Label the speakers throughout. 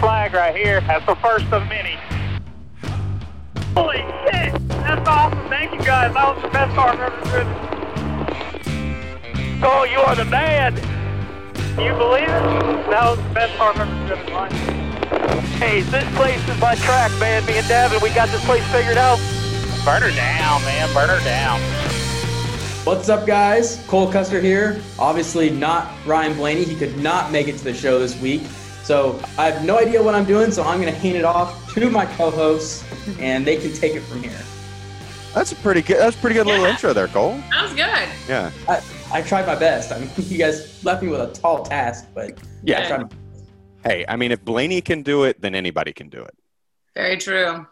Speaker 1: bag right here. That's the first of many. Holy shit! That's awesome. Thank you guys. That was the best car I've ever driven. Oh, you are the man. Can you believe it? That was the best car I've ever driven. in my life. Hey, this place is my track, man. Me and Davin, we got this place figured out. Burn her down, man. Burn her down.
Speaker 2: What's up, guys? Cole Custer here. Obviously, not Ryan Blaney. He could not make it to the show this week. So I have no idea what I'm doing, so I'm going to hand it off to my co hosts, and they can take it from here.
Speaker 3: That's a pretty good. That's a pretty good little
Speaker 4: Yeah.
Speaker 3: intro there, Cole.
Speaker 4: That was good.
Speaker 3: Yeah.
Speaker 2: I tried my best. I mean, you guys left me with a tall task, but I
Speaker 3: Yeah.
Speaker 2: tried my
Speaker 3: Hey, I mean, if Blaney can do it, then anybody can do it.
Speaker 4: Very true.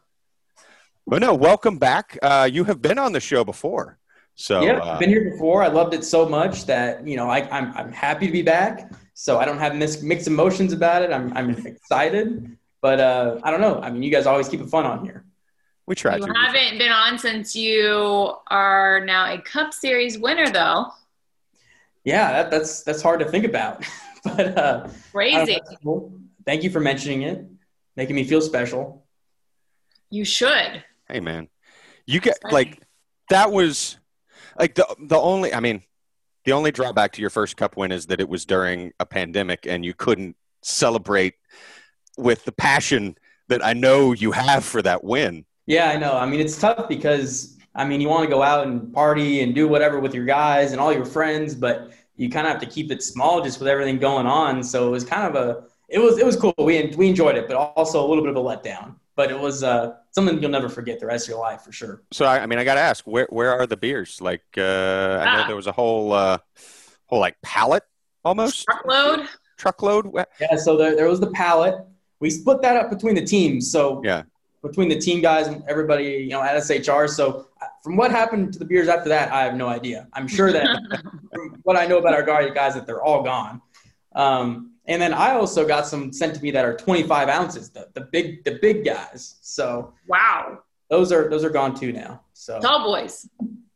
Speaker 3: But no, welcome back. Uh, you have been on the show before, so
Speaker 2: yeah,
Speaker 3: uh,
Speaker 2: I've been here before. I loved it so much that you know I, I'm I'm happy to be back. So I don't have mis- mixed emotions about it. I'm I'm excited, but uh, I don't know. I mean, you guys always keep it fun on here.
Speaker 3: we tried
Speaker 4: you
Speaker 3: to.
Speaker 4: haven't been on since you are now a Cup Series winner, though.
Speaker 2: Yeah, that, that's that's hard to think about, but uh, I
Speaker 4: Crazy.
Speaker 2: don't know. Thank you for mentioning it, making me feel special.
Speaker 4: You should.
Speaker 3: Hey, man, you get like that was like the the only. I mean, the only drawback to your first Cup win is that it was during a pandemic and you couldn't celebrate with the passion that I know you have for that win.
Speaker 2: Yeah, I know. I mean, it's tough because I mean, you want to go out and party and do whatever with your guys and all your friends, but you kind of have to keep it small just with everything going on. So it was kind of a it was it was cool. We we enjoyed it, but also a little bit of a letdown. But it was uh, something you'll never forget the rest of your life for sure.
Speaker 3: So I, I mean, I got to ask, where where are the beers? Like, uh, I know
Speaker 4: Ah.
Speaker 3: there was a whole uh, whole like pallet almost
Speaker 4: Truckload.
Speaker 3: truckload. Wha-
Speaker 2: Yeah, so there, there was the pallet. We split that up between the teams. So
Speaker 3: Yeah.
Speaker 2: between the team guys and everybody, you know, at SHR. So uh, from what happened to the beers after that, I have no idea. I'm sure that from what I know about our guard guys, that they're all gone. Um, and then I also got some sent to me that are 25 ounces, the, the big the big guys. So
Speaker 4: Wow.
Speaker 2: those are those are gone too now. So
Speaker 4: Tall boys.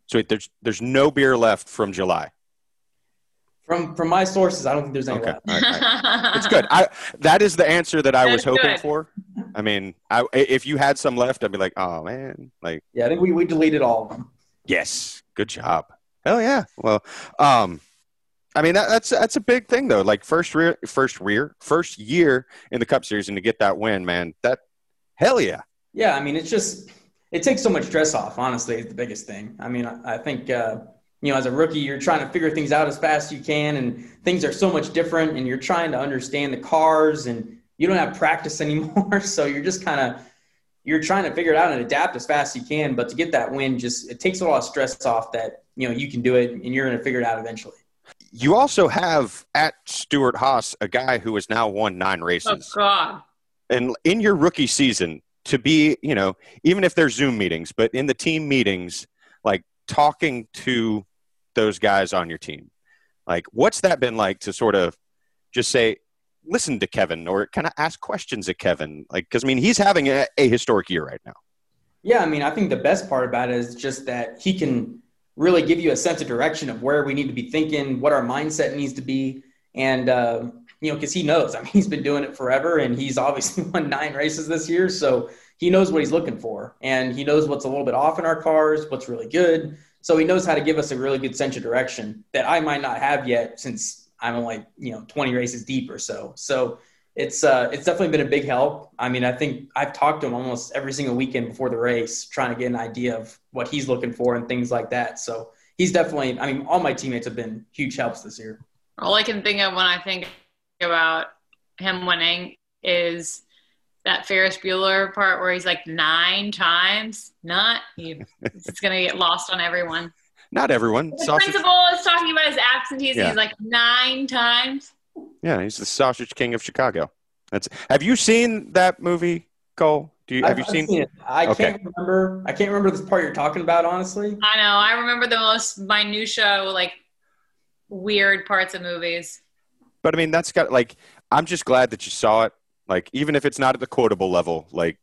Speaker 3: So wait, there's there's no beer left from July.
Speaker 2: from from my sources, I don't think there's any
Speaker 3: Okay,
Speaker 2: left.
Speaker 3: All right, all right. it's good. I that is the answer that I was
Speaker 4: That's
Speaker 3: hoping
Speaker 4: good.
Speaker 3: for. I mean, I, if you had some left, I'd be like, oh man, like
Speaker 2: Yeah, I think we, we deleted all of them.
Speaker 3: yes, good job. Hell yeah. Well, um, I mean that, that's that's a big thing though. Like first rear, first rear, first year in the Cup Series, and to get that win, man, that hell yeah.
Speaker 2: Yeah, I mean, it's just it takes so much stress off. Honestly, is the biggest thing. I mean, I, I think uh, you know, as a rookie, you're trying to figure things out as fast as you can, and things are so much different, and you're trying to understand the cars, and you don't have practice anymore, so you're just kind of you're trying to figure it out and adapt as fast as you can. But to get that win, just it takes a lot of stress off that you know you can do it, and you're going to figure it out eventually.
Speaker 3: You also have at Stuart Haas a guy who has now won nine
Speaker 4: Oh
Speaker 3: races.
Speaker 4: God.
Speaker 3: And in your rookie season, to be, you know, even if they're Zoom meetings, but in the team meetings, like talking to those guys on your team, like what's that been like to sort of just say, listen to Kevin or kind of ask questions of Kevin? Like, because I mean, he's having a, a historic year right now.
Speaker 2: Yeah, I mean, I think the best part about it is just that he can really give you a sense of direction of where we need to be thinking, what our mindset needs to be, and uh, you know, because he knows. I mean, he's been doing it forever, and he's obviously won nine races this year, so he knows what he's looking for, and he knows what's a little bit off in our cars, what's really good. So he knows how to give us a really good sense of direction that I might not have yet, since I'm only you know 20 races deep or so. So it's uh, it's definitely been a big help. I mean, I think I've talked to him almost every single weekend before the race, trying to get an idea of what he's looking for and things like that. So he's definitely. I mean, all my teammates have been huge helps this year.
Speaker 4: All I can think of when I think about him winning is that Ferris Bueller part where he's like nine times. Not you. It's gonna get lost on everyone.
Speaker 3: Not everyone.
Speaker 4: The
Speaker 3: Sausage,
Speaker 4: principal is talking about his absentees.
Speaker 3: Yeah.
Speaker 4: And he's like nine times.
Speaker 3: yeah, he's the sausage king of Chicago. That's. Have you seen that movie, Cole? Do you have
Speaker 2: I've-
Speaker 3: you
Speaker 2: I've
Speaker 3: seen?
Speaker 2: it. I
Speaker 3: Okay.
Speaker 2: can't remember. I can't remember this part you're talking about, honestly.
Speaker 4: I know. I remember the most minutia, like weird parts of movies.
Speaker 3: But I mean, that's got like, I'm just glad that you saw it. Like, even if it's not at the quotable level, like,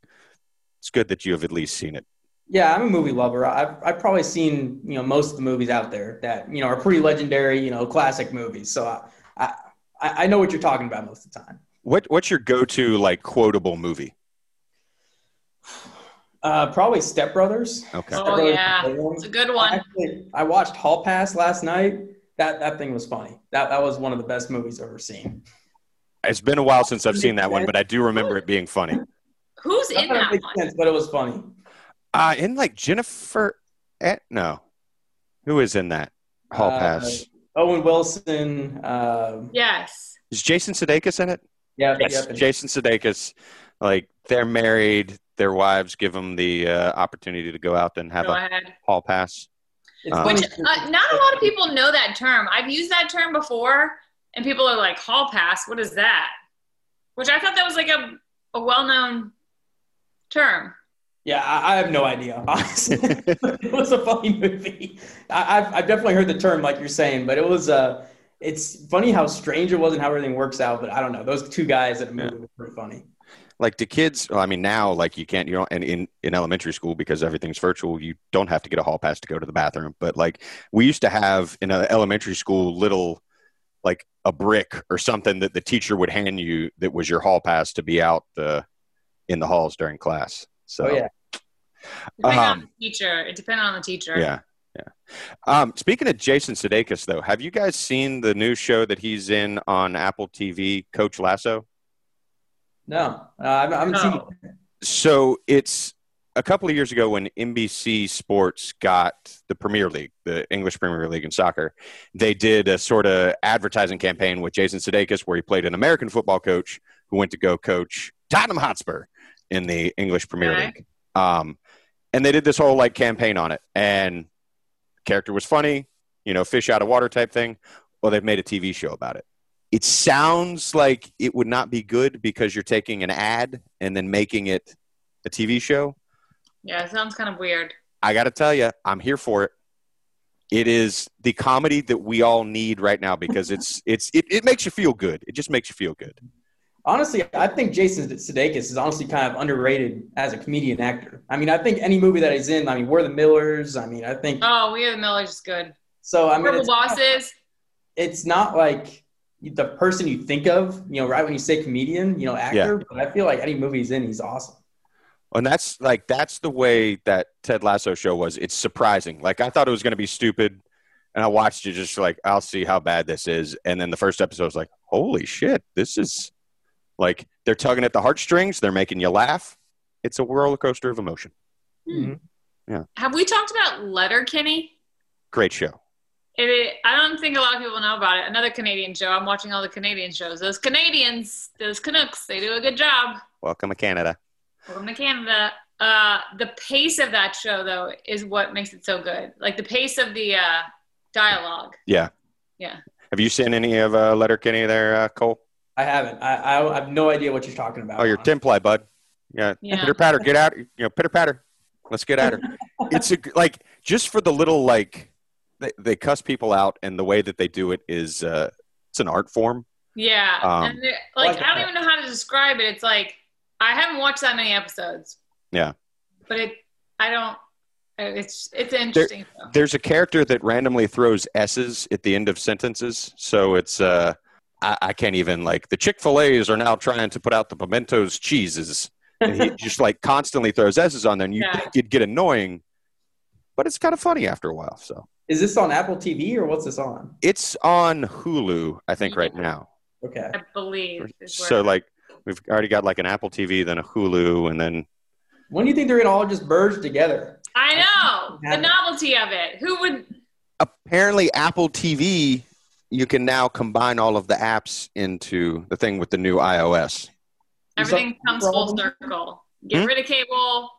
Speaker 3: it's good that you have at least seen it.
Speaker 2: Yeah, I'm a movie lover. I've I've probably seen you know most of the movies out there that you know are pretty legendary, you know, classic movies. So I I, I know what you're talking about most of the time.
Speaker 3: What what's your go-to like quotable movie?
Speaker 2: Uh, probably Step Brothers.
Speaker 3: Okay.
Speaker 2: Step
Speaker 4: Oh,
Speaker 2: Brothers
Speaker 4: yeah.
Speaker 2: is a good one.
Speaker 4: It's a good one.
Speaker 2: Actually, I watched Hall Pass last night. That that thing was funny. That that was one of the best movies I've ever seen.
Speaker 3: It's been a while since I've seen that one, but I do remember it being funny.
Speaker 4: Who's
Speaker 2: That
Speaker 4: in
Speaker 2: doesn't
Speaker 4: that
Speaker 2: make
Speaker 4: one?
Speaker 2: sense, but it was funny.
Speaker 3: Uh in like Jennifer At no. Who is in that? Hall
Speaker 2: Uh,
Speaker 3: pass.
Speaker 2: Owen Wilson. Um,
Speaker 4: Yes.
Speaker 3: Is Jason Sudeikis in it?
Speaker 2: yeah.
Speaker 3: Yes,
Speaker 2: yep.
Speaker 3: Jason Sudeikis. Like they're married, their wives give them the uh, opportunity to go out and have
Speaker 4: Go
Speaker 3: a
Speaker 4: ahead.
Speaker 3: hall pass.
Speaker 2: It's
Speaker 3: Uh,
Speaker 4: Which
Speaker 2: funny.
Speaker 4: uh, not a lot of people know that term. I've used that term before, and people are like, "Hall pass, what is that?" Which I thought that was like a a well known term.
Speaker 2: Yeah, I, I have no idea. Honestly, it was a funny movie. I, I've, I've definitely heard the term, like you're saying, but it was Uh, it's funny how strange it was and how everything works out. But I don't know. Those two guys at a movie were pretty funny.
Speaker 3: Like the kids, well, I mean, now like you can't, you know, and in in elementary school because everything's virtual, you don't have to get a hall pass to go to the bathroom. But like we used to have in a elementary school, little like a brick or something that the teacher would hand you that was your hall pass to be out the in the halls during class. So
Speaker 2: oh yeah.
Speaker 4: Depending on
Speaker 3: Um,
Speaker 4: the teacher, it depended on the teacher.
Speaker 3: Yeah, yeah. Um, speaking of Jason Sudeikis, though, have you guys seen the new show that he's in on Apple TV, Coach Lasso?
Speaker 2: No, uh, I haven't I haven't seen.
Speaker 4: No.
Speaker 2: it.
Speaker 3: So it's a couple of years ago when NBC Sports got the Premier League, the English Premier League in soccer. They did a sort of advertising campaign with Jason Sudeikis, where he played an American football coach who went to go coach Tottenham Hotspur in the English Premier
Speaker 4: Okay.
Speaker 3: League. Um, and they did this whole like campaign on it, and character was funny, you know, fish out of water type thing. Well, they've made a TV show about it. It sounds like it would not be good because you're taking an ad and then making it a TV show.
Speaker 4: Yeah, it sounds kind of weird.
Speaker 3: I got to tell you, I'm here for it. It is the comedy that we all need right now because it's it's it, it makes you feel good. It just makes you feel good.
Speaker 2: Honestly, I think Jason Sudeikis is honestly kind of underrated as a comedian actor. I mean, I think any movie that he's in, I mean, We're the Millers. I mean, I think
Speaker 4: Oh, we are the Millers is good.
Speaker 2: so. I mean,
Speaker 4: Purple
Speaker 2: it's not-
Speaker 4: bosses.
Speaker 2: it's not like the person you think of, you know, right when you say comedian, you know, actor. But I feel like any movie he's in, he's awesome.
Speaker 3: And that's like that's the way that Ted Lasso show was. It's surprising. Like I thought it was going to be stupid, and I watched it just like I'll see how bad this is. And then the first episode was like, holy shit, this is like they're tugging at the heartstrings. They're making you laugh. It's a roller coaster of emotion. Mm-hmm.
Speaker 4: Hmm.
Speaker 3: Yeah.
Speaker 4: Have we talked about Letterkenny?
Speaker 3: Great show.
Speaker 4: It, I don't think a lot of people know about it. Another Canadian show. I'm watching all the Canadian shows. Those Canadians, those Canucks, they do a good job.
Speaker 3: Welcome to Canada.
Speaker 4: Welcome to Canada. Uh, the pace of that show, though, is what makes it so good. Like the pace of the uh, dialogue.
Speaker 3: Have you seen any of uh, Letterkenny there, uh, Cole?
Speaker 2: I haven't. I, I, I have no idea what you're talking about.
Speaker 3: Oh, you're
Speaker 2: honestly.
Speaker 3: ten ply, bud. Yeah,
Speaker 4: Yeah.
Speaker 3: pitter patter, get out. You know, pitter patter. Let's get at her. it's a, g- like just for the little like they, they cuss people out, and the way that they do it is uh, it's an art form.
Speaker 4: Yeah.
Speaker 3: Um,
Speaker 4: and they're- like,
Speaker 2: like
Speaker 4: I don't
Speaker 2: that.
Speaker 4: even know how to describe it. It's like, I haven't watched that many episodes.
Speaker 3: Yeah.
Speaker 4: But it, I don't, it's, it's interesting. show.
Speaker 3: There's a character that randomly throws s's at the end of sentences, so it's uh, I, I can't even like the Chick Fil A's are now trying to put out the pimentos cheeses, and he just like constantly throws s's on there, and you
Speaker 4: Yeah.
Speaker 3: think it'd get annoying, but it's kind of funny after a while. So.
Speaker 2: Is this on Apple TV or what's this on?
Speaker 3: It's on Hulu, I think, right now.
Speaker 2: Okay.
Speaker 4: I believe. is where-
Speaker 3: So like we've already got like an Apple TV, then a Hulu, and then
Speaker 2: When do you think they're gonna all just merge together?
Speaker 4: I know
Speaker 2: Yeah.
Speaker 4: the novelty of it. Who would,
Speaker 3: apparently Apple TV. You can now combine all of the apps into the thing with the new iOS.
Speaker 2: There's
Speaker 4: everything
Speaker 2: a-
Speaker 4: comes full circle. Get
Speaker 3: Hmm?
Speaker 4: rid of cable,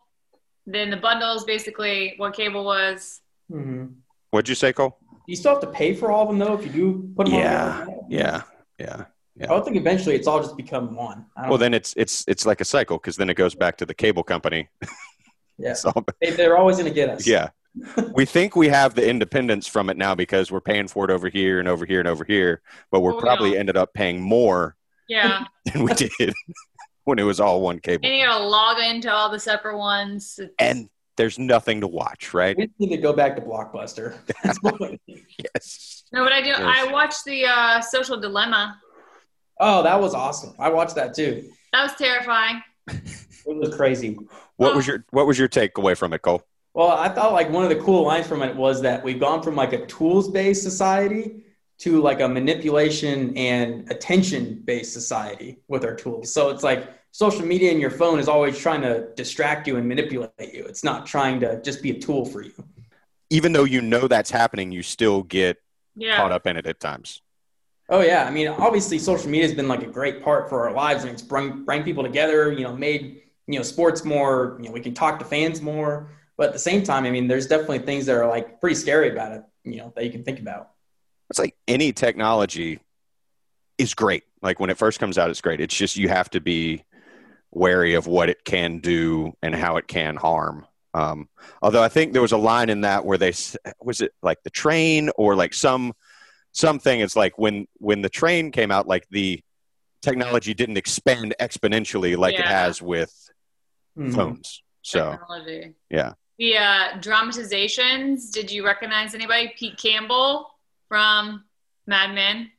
Speaker 4: then the bundles, basically what cable was.
Speaker 3: Mm-hmm.
Speaker 2: hmm Do
Speaker 3: What'd you say, Cole?
Speaker 2: you still have to pay for all of them though? If you do put them
Speaker 3: Yeah.
Speaker 2: on, there?
Speaker 3: Yeah, yeah.
Speaker 2: I would think eventually it's all just become one. I don't
Speaker 3: Well, then it's it's it's like a cycle because then it goes back to the cable company.
Speaker 2: yeah.
Speaker 3: It's all-
Speaker 2: They, they're always gonna get us.
Speaker 3: yeah. We think we have the independence from it now because we're paying for it over here and over here and over here, but we're
Speaker 4: Oh,
Speaker 3: probably
Speaker 4: yeah.
Speaker 3: ended up paying more
Speaker 4: Yeah.
Speaker 3: than we did when it was all one cable.
Speaker 4: and you gotta log into all the separate ones. It's-
Speaker 3: and there's nothing to watch, right?
Speaker 2: We need to go back to Blockbuster. That's what we-
Speaker 3: Yes.
Speaker 4: no, but I do.
Speaker 3: Yes.
Speaker 4: I watched the uh, Social Dilemma.
Speaker 2: Oh, that was awesome. I watched that too.
Speaker 4: That was terrifying.
Speaker 2: It was crazy.
Speaker 3: What was your What was your takeaway from it, Cole?
Speaker 2: Well, I thought like one of the cool lines from it was that we've gone from like a tools based society to like a manipulation and attention based society with our tools. So it's like social media and your phone is always trying to distract you and manipulate you. It's not trying to just be a tool for you.
Speaker 3: Even though you know that's happening, you still get
Speaker 4: Yeah.
Speaker 3: caught up in it at times.
Speaker 2: Oh yeah, I mean, obviously, social media has been like a great part for our lives, and it's bring bring people together. You know, made you know sports more. You know, we can talk to fans more. But at the same time, I mean, there's definitely things that are like pretty scary about it. You know, that you can think about.
Speaker 3: It's like any technology is great. Like when it first comes out, it's great. It's just you have to be wary of what it can do and how it can harm. Um, although I think there was a line in that where they s- was it like the train or like some something. It's like when when the train came out, like the technology didn't expand exponentially like it
Speaker 4: Yeah.
Speaker 3: has with Hmm.
Speaker 2: Mhm.
Speaker 3: phones. So
Speaker 4: Technology.
Speaker 3: yeah.
Speaker 4: The uh, dramatizations. Did you recognize anybody? Pete Campbell from Mad Men.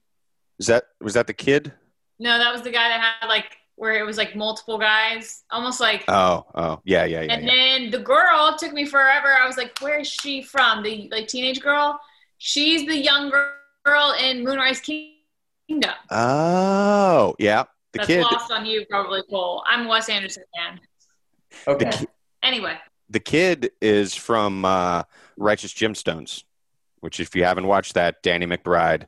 Speaker 3: is that was that the kid?
Speaker 4: No, that was the guy that had like where it was like multiple guys, almost like.
Speaker 3: Oh oh yeah yeah yeah.
Speaker 4: and
Speaker 3: yeah.
Speaker 4: then the girl took me forever. I was like, "Where is she from?" The like teenage girl. She's the young girl in Moonrise Kingdom.
Speaker 3: Oh yeah, the
Speaker 4: That's
Speaker 3: kid.
Speaker 4: lost on you, probably, Cole. I'm a Wes Anderson fan.
Speaker 2: Okay.
Speaker 3: The, ki-
Speaker 4: Anyway,
Speaker 3: the kid is from uh, Righteous Gemstones, which if you haven't watched that, Danny McBride,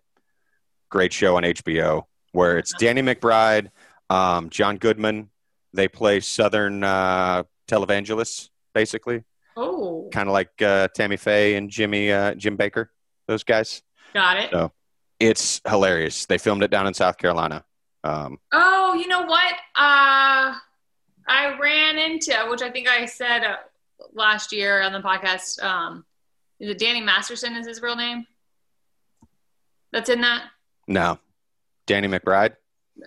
Speaker 3: great show on HBO, where it's Danny McBride, um, John Goodman. They play Southern uh, televangelists, basically,
Speaker 4: oh,
Speaker 3: kind of like uh, Tammy Faye and Jimmy uh, Jim Baker, those guys.
Speaker 4: got it.
Speaker 3: So- It's hilarious. They filmed it down in South Carolina. Um,
Speaker 4: Oh, you know what? Uh, I ran into, which I think I said uh, last year on the podcast. Um, is it Danny Masterson? Is his real name? That's in that,
Speaker 3: no, Danny McBride.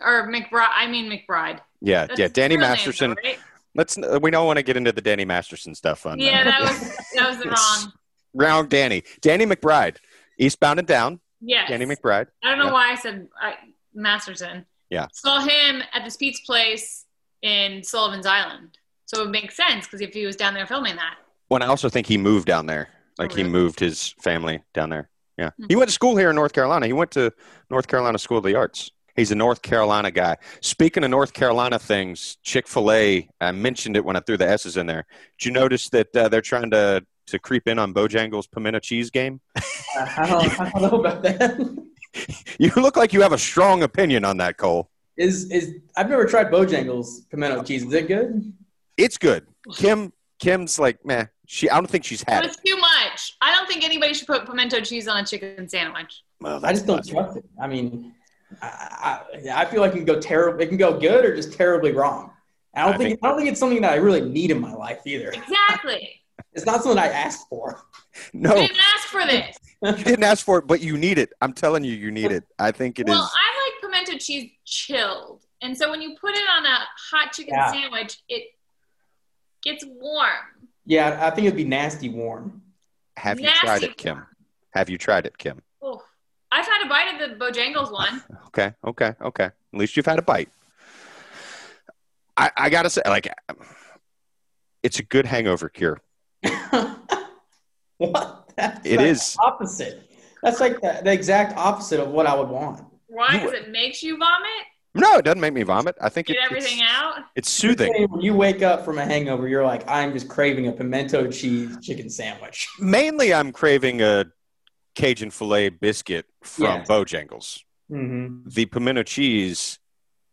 Speaker 4: or McBride? I mean McBride.
Speaker 3: Yeah,
Speaker 4: That's
Speaker 3: yeah.
Speaker 4: his
Speaker 3: Danny
Speaker 4: real name, though,
Speaker 3: Masterson.
Speaker 4: right?
Speaker 3: Let's. We don't want to get into the Danny Masterson stuff on.
Speaker 4: Yeah,
Speaker 3: uh,
Speaker 4: that was that was the
Speaker 3: It's-
Speaker 4: wrong.
Speaker 3: round Danny. Danny McBride. Eastbound and Down.
Speaker 4: Yes,
Speaker 3: Danny McBride.
Speaker 4: I don't know
Speaker 3: Yeah.
Speaker 4: why I said uh, Masterson.
Speaker 3: Yeah.
Speaker 4: Saw him at this Pete's place in Sullivan's Island. So it makes sense because if he was down there filming that.
Speaker 3: When I also think he moved down there. Like he
Speaker 4: really?
Speaker 3: moved his family down there. Yeah.
Speaker 4: Hmm.
Speaker 3: He went to school here in North Carolina. He went to North Carolina School of the Arts. He's a North Carolina guy. Speaking of North Carolina things, Chick fil A, I mentioned it when I threw the S's in there. Did you notice that uh, they're trying to, to creep in on Bojangles Pimento Cheese game?
Speaker 2: Uh, I, don't, I don't know about that.
Speaker 3: You look like you have a strong opinion on that, Cole.
Speaker 2: is is I've never tried Bojangles pimento cheese. Is it good?
Speaker 3: It's good. Kim Kim's like, man, she I don't think she's had
Speaker 4: But
Speaker 3: it.
Speaker 4: it's too much. I don't think anybody should put pimento cheese on a chicken sandwich.
Speaker 3: Well,
Speaker 2: I just don't
Speaker 3: that's-
Speaker 2: trust it. I mean, I, I, I feel like it can go terrible. It can go good or just terribly wrong. I don't
Speaker 3: I
Speaker 2: think,
Speaker 3: think-
Speaker 2: I don't think it's something that I really need in my life either.
Speaker 4: Exactly.
Speaker 2: It's not something I asked for.
Speaker 3: No.
Speaker 4: You didn't ask for this.
Speaker 3: You didn't ask for it, but you need it. I'm telling you, you need it. I think it is.
Speaker 4: well, I like pimento cheese chilled. And so when you put it on a hot chicken
Speaker 2: Yeah.
Speaker 4: sandwich, it gets warm.
Speaker 2: Yeah, I think it'd be nasty warm.
Speaker 3: Have you tried
Speaker 4: nasty.
Speaker 3: it, Kim? Have you tried it, Kim?
Speaker 4: Oof. I've had a bite of the Bojangles one.
Speaker 3: Okay, okay, okay. At least you've had a bite. I, I gotta say, like, it's a good hangover cure.
Speaker 2: what? That's
Speaker 3: It
Speaker 2: like
Speaker 3: is.
Speaker 2: the opposite. That's like the, the exact opposite of what I would want.
Speaker 4: Why?
Speaker 3: You-
Speaker 4: Because it makes you vomit?
Speaker 3: No, it doesn't make me vomit. I think
Speaker 4: Get
Speaker 3: it,
Speaker 4: everything
Speaker 3: it's,
Speaker 4: out?
Speaker 3: it's
Speaker 2: You're
Speaker 3: soothing.
Speaker 2: saying When you wake up from a hangover, you're like, I'm just craving a pimento cheese chicken sandwich.
Speaker 3: Mainly, I'm craving a Cajun filet biscuit from
Speaker 2: Yeah.
Speaker 3: Bojangles.
Speaker 2: hmm
Speaker 3: the pimento cheese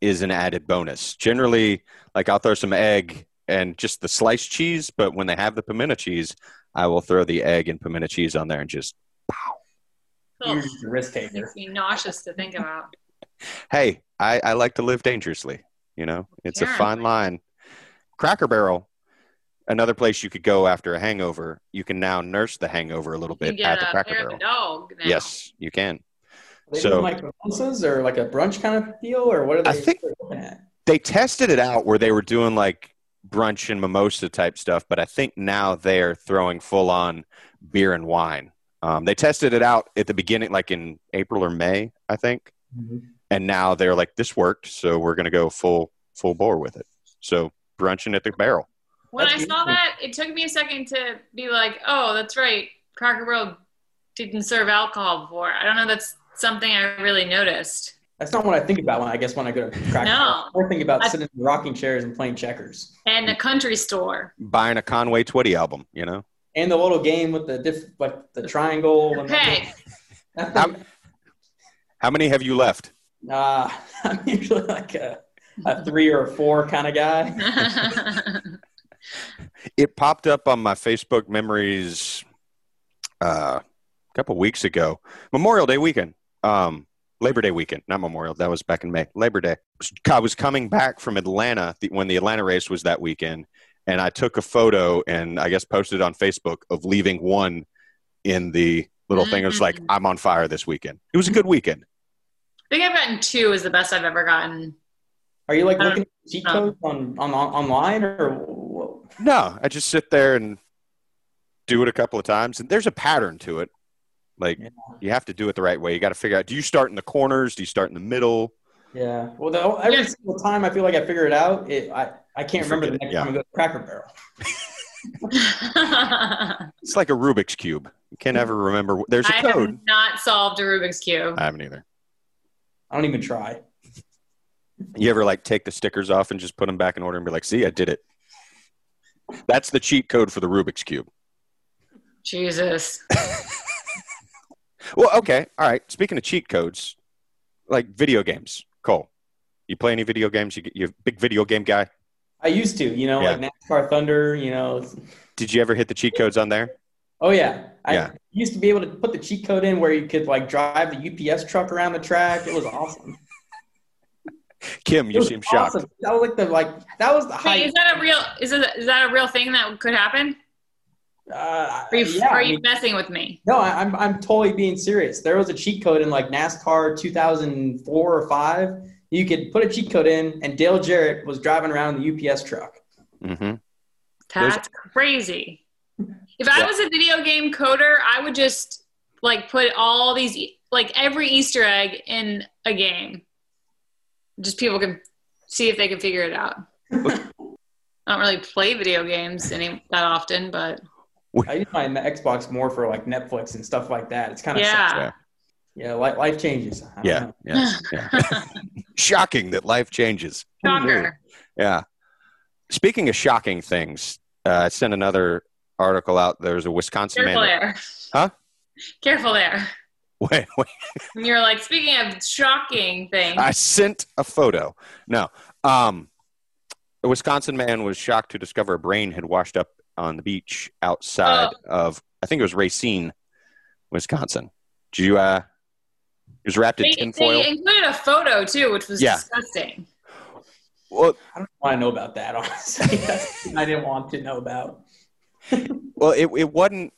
Speaker 3: is an added bonus. Generally, like I'll throw some egg and just the sliced cheese, but when they have the pimento cheese, I will throw the egg and pimento cheese on there and just,
Speaker 4: Ugh.
Speaker 2: You're just a risk taker.
Speaker 4: Makes me nauseous to think about.
Speaker 3: hey, I, I like to live dangerously. You know, it's a
Speaker 4: Yeah.
Speaker 3: fine line. Cracker Barrel, another place you could go after a hangover. You can now nurse the hangover a little
Speaker 4: You
Speaker 3: bit
Speaker 4: get
Speaker 3: at the
Speaker 4: a
Speaker 3: Cracker
Speaker 4: pair of
Speaker 3: Barrel.
Speaker 4: a dog now.
Speaker 3: Yes, you can.
Speaker 2: They
Speaker 3: So-
Speaker 2: doing like mimosas or like a brunch kind of deal, or what are they?
Speaker 3: I think-
Speaker 2: what are they looking at?
Speaker 3: they tested it out where they were doing like brunch and mimosa type stuff, but I think now they're throwing full on beer and wine. Um, they tested it out at the beginning, like in April or May, I think, and now they're like, this worked, so we're going to go full full bore with it. So brunching at the barrel.
Speaker 4: When I saw that, it took me a second to be like, oh, that's right. Cracker Barrel didn't serve alcohol before. I don't know. That's something I really noticed.
Speaker 2: That's not what I think about when I guess when I go to Cracker
Speaker 4: No.
Speaker 2: Barrel. I think about
Speaker 4: I-
Speaker 2: sitting in rocking chairs and playing checkers.
Speaker 4: And a country store.
Speaker 3: Buying a Conway Twitty album, you know.
Speaker 2: And the little game with the diff, like the triangle. And
Speaker 4: Okay.
Speaker 2: I think-
Speaker 3: How, how many have you left?
Speaker 2: Uh, I'm usually like a, a three or a four kind of guy.
Speaker 3: It popped up on my Facebook memories uh, a couple weeks ago, Memorial Day weekend, um, Labor Day weekend, not Memorial. That was back in May. Labor Day. I was coming back from Atlanta the, when the Atlanta race was that weekend, and I took a photo and I guess posted on Facebook of leaving one in the little thing. It was like, I'm on fire this weekend. It was a good weekend.
Speaker 4: I think I've gotten two is the best I've ever gotten.
Speaker 2: Are you like
Speaker 4: I don't
Speaker 2: looking at cheat
Speaker 4: know.
Speaker 2: codes on, on, on online or wha-
Speaker 3: No, I just sit there and do it a couple of times. And there's a pattern to it. Like
Speaker 2: Yeah.
Speaker 3: you have to do it the right way. You got to figure out: do you start in the corners? Do you start in the middle?
Speaker 2: yeah? Well, the, every
Speaker 4: Yeah.
Speaker 2: single time I feel like I figure it out, it, I I can't
Speaker 3: You
Speaker 2: remember the
Speaker 3: forget it,
Speaker 2: next
Speaker 3: yeah.
Speaker 2: time I go to Cracker Barrel.
Speaker 4: I
Speaker 3: It's like a Rubik's cube. You can't ever remember. wh- There's a code.
Speaker 4: have not solved a Rubik's Cube.
Speaker 3: I haven't either.
Speaker 2: I don't even try.
Speaker 3: You ever like take the stickers off and just put them back in order and be like, "See, I did it." That's the cheat code for the Rubik's cube.
Speaker 4: Jesus.
Speaker 3: Well, okay, all right. Speaking of cheat codes, like video games, Cole, you play any video games? You you a big video game guy?
Speaker 2: I used to, you know, like NASCAR Thunder. You know,
Speaker 3: Did you ever hit the cheat codes on there?
Speaker 2: oh yeah, I
Speaker 3: Yeah.
Speaker 2: used to be able to put the cheat code in where you could like drive the UPS truck around the track. It was awesome.
Speaker 3: Kim,
Speaker 2: It
Speaker 3: you
Speaker 2: was
Speaker 3: seem shocked.
Speaker 2: awesome. That was like the like that was the
Speaker 4: Wait,
Speaker 2: height.
Speaker 4: is that a real is that, is that a real thing that could happen?
Speaker 2: Uh,
Speaker 4: Are you,
Speaker 2: yeah,
Speaker 4: are
Speaker 2: I
Speaker 4: you
Speaker 2: mean-
Speaker 4: messing with me?
Speaker 2: No, I, I'm I'm totally being serious. There was a cheat code in like NASCAR 2004 or five. You could put a cheat code in, and Dale Jarrett was driving around in the UPS truck.
Speaker 3: Mm-hmm. There's-
Speaker 4: That's crazy. If I
Speaker 3: Yeah.
Speaker 4: was a video game coder, I would just like put all these e- like every Easter egg in a game. Just people can see if they can figure it out. I don't really play video games any that often, but
Speaker 2: I use my Xbox more for like Netflix and stuff like that. It's kind of
Speaker 4: yeah.
Speaker 2: yeah, life, life changes. I don't
Speaker 3: Yeah,
Speaker 2: know.
Speaker 3: yeah, yeah. Shocking that life changes. Who knew?
Speaker 4: Shocker.
Speaker 3: Yeah. Speaking of shocking things, uh, I sent another article out. There was a Wisconsin
Speaker 4: Careful
Speaker 3: man.
Speaker 4: there.
Speaker 3: Huh?
Speaker 4: Careful there.
Speaker 3: Wait, wait.
Speaker 4: And you're like speaking of shocking things.
Speaker 3: I sent a photo. No. Um, a Wisconsin man was shocked to discover a brain had washed up on the beach outside
Speaker 2: Oh.
Speaker 3: of, I think it was Racine, Wisconsin. Did you, uh, it was wrapped in
Speaker 4: they,
Speaker 3: tinfoil.
Speaker 4: they included a photo too, which was
Speaker 3: Yeah.
Speaker 4: disgusting.
Speaker 3: Well,
Speaker 2: I don't want to know about that honestly. That's what I didn't want to know about.
Speaker 3: well, it, it wasn't,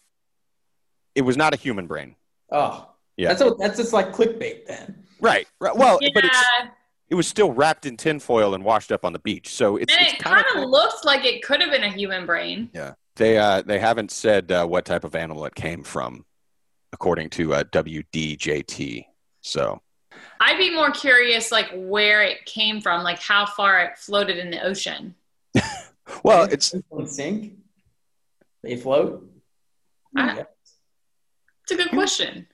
Speaker 3: it was not a human brain.
Speaker 2: Oh,
Speaker 3: Yeah.
Speaker 2: That's what, that's just like clickbait then.
Speaker 3: Right. right. Well,
Speaker 4: yeah,
Speaker 3: Oh, but it's, it was still wrapped in tinfoil and washed up on the beach. So it's,
Speaker 4: and
Speaker 3: it's
Speaker 4: it
Speaker 3: kind
Speaker 4: kind of looks like it could have been a human brain.
Speaker 3: they uh, they haven't said uh, what type of animal it came from, according to uh, WDJT. So
Speaker 4: I'd be more curious, like where it came from, like how far it floated in the ocean.
Speaker 3: well, it's
Speaker 2: Don't sink. They float.
Speaker 4: I-
Speaker 2: Yeah.
Speaker 4: It's a good question.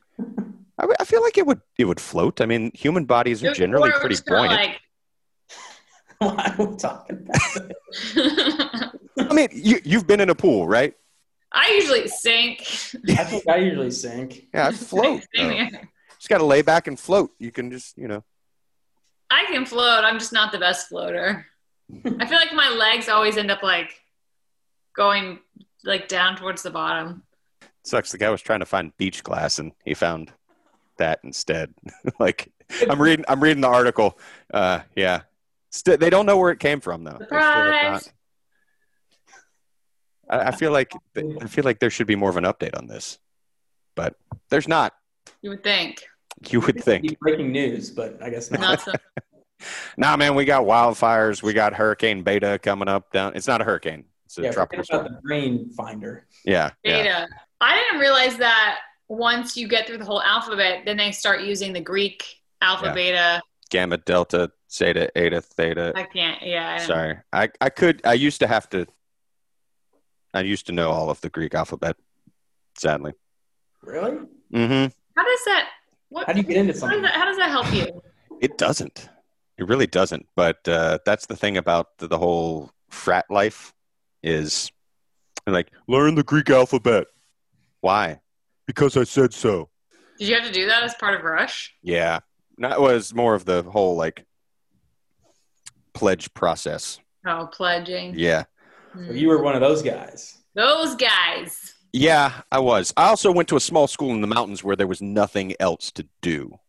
Speaker 3: I, I feel like it would it would float. I mean, human bodies are
Speaker 4: Or
Speaker 3: generally
Speaker 4: we're
Speaker 3: pretty
Speaker 4: just gonna,
Speaker 3: buoyant.
Speaker 2: Why are we talking about it?
Speaker 4: like-
Speaker 3: I mean, you you've been in a pool, right?
Speaker 4: I usually sink.
Speaker 3: Oh.
Speaker 2: I think I usually sink.
Speaker 3: Yeah, I float.
Speaker 4: Same
Speaker 3: though.
Speaker 4: here.
Speaker 3: Just got to lay back and float. You can just you know.
Speaker 4: I can float. I'm just not the best floater. I feel like my legs always end up like going like down towards the bottom.
Speaker 3: Sucks. The guy was trying to find beach glass and he found that instead. like I'm reading, I'm reading the article. Uh, yeah, Sti- they don't know where it came from though. They still have
Speaker 4: Surprise!
Speaker 3: not. I, I feel like I feel like there should be more of an update on this, but there's not.
Speaker 4: You would think.
Speaker 3: You would think.
Speaker 2: Be Breaking news, but I guess not.
Speaker 4: Not so-
Speaker 3: Nah, man, we got wildfires. We got Hurricane Beta coming up. Down. It's not a hurricane. It's a
Speaker 2: yeah,
Speaker 3: tropical
Speaker 2: forget about
Speaker 3: storm.
Speaker 2: the brain finder.
Speaker 3: Yeah,
Speaker 4: data.
Speaker 3: yeah.
Speaker 4: I didn't realize that once you get through the whole alphabet, then they start using the Greek alpha,
Speaker 3: Yeah.
Speaker 4: beta,
Speaker 3: gamma, delta, zeta, eta, theta.
Speaker 4: I can't. Yeah. I don't-
Speaker 3: Sorry, I I could. I used to have to. I used to know all of the Greek alphabet. Sadly.
Speaker 2: Really?
Speaker 3: Mm-hmm.
Speaker 4: How does that? What,
Speaker 2: How do you get into
Speaker 4: how does
Speaker 2: something?
Speaker 4: that, how does that help you?
Speaker 3: It doesn't. It really doesn't. But uh, that's the thing about the, the whole frat life is like learn the Greek alphabet. Why? Because I said so.
Speaker 4: Did you have to do that as part of Rush?
Speaker 3: Yeah. That was more of the whole like pledge process.
Speaker 4: Oh, pledging.
Speaker 3: Yeah.
Speaker 2: So
Speaker 4: Hmm.
Speaker 2: you were one of those guys.
Speaker 4: Those guys.
Speaker 3: Yeah, I was. I also went to a small school in the mountains where there was nothing else to do.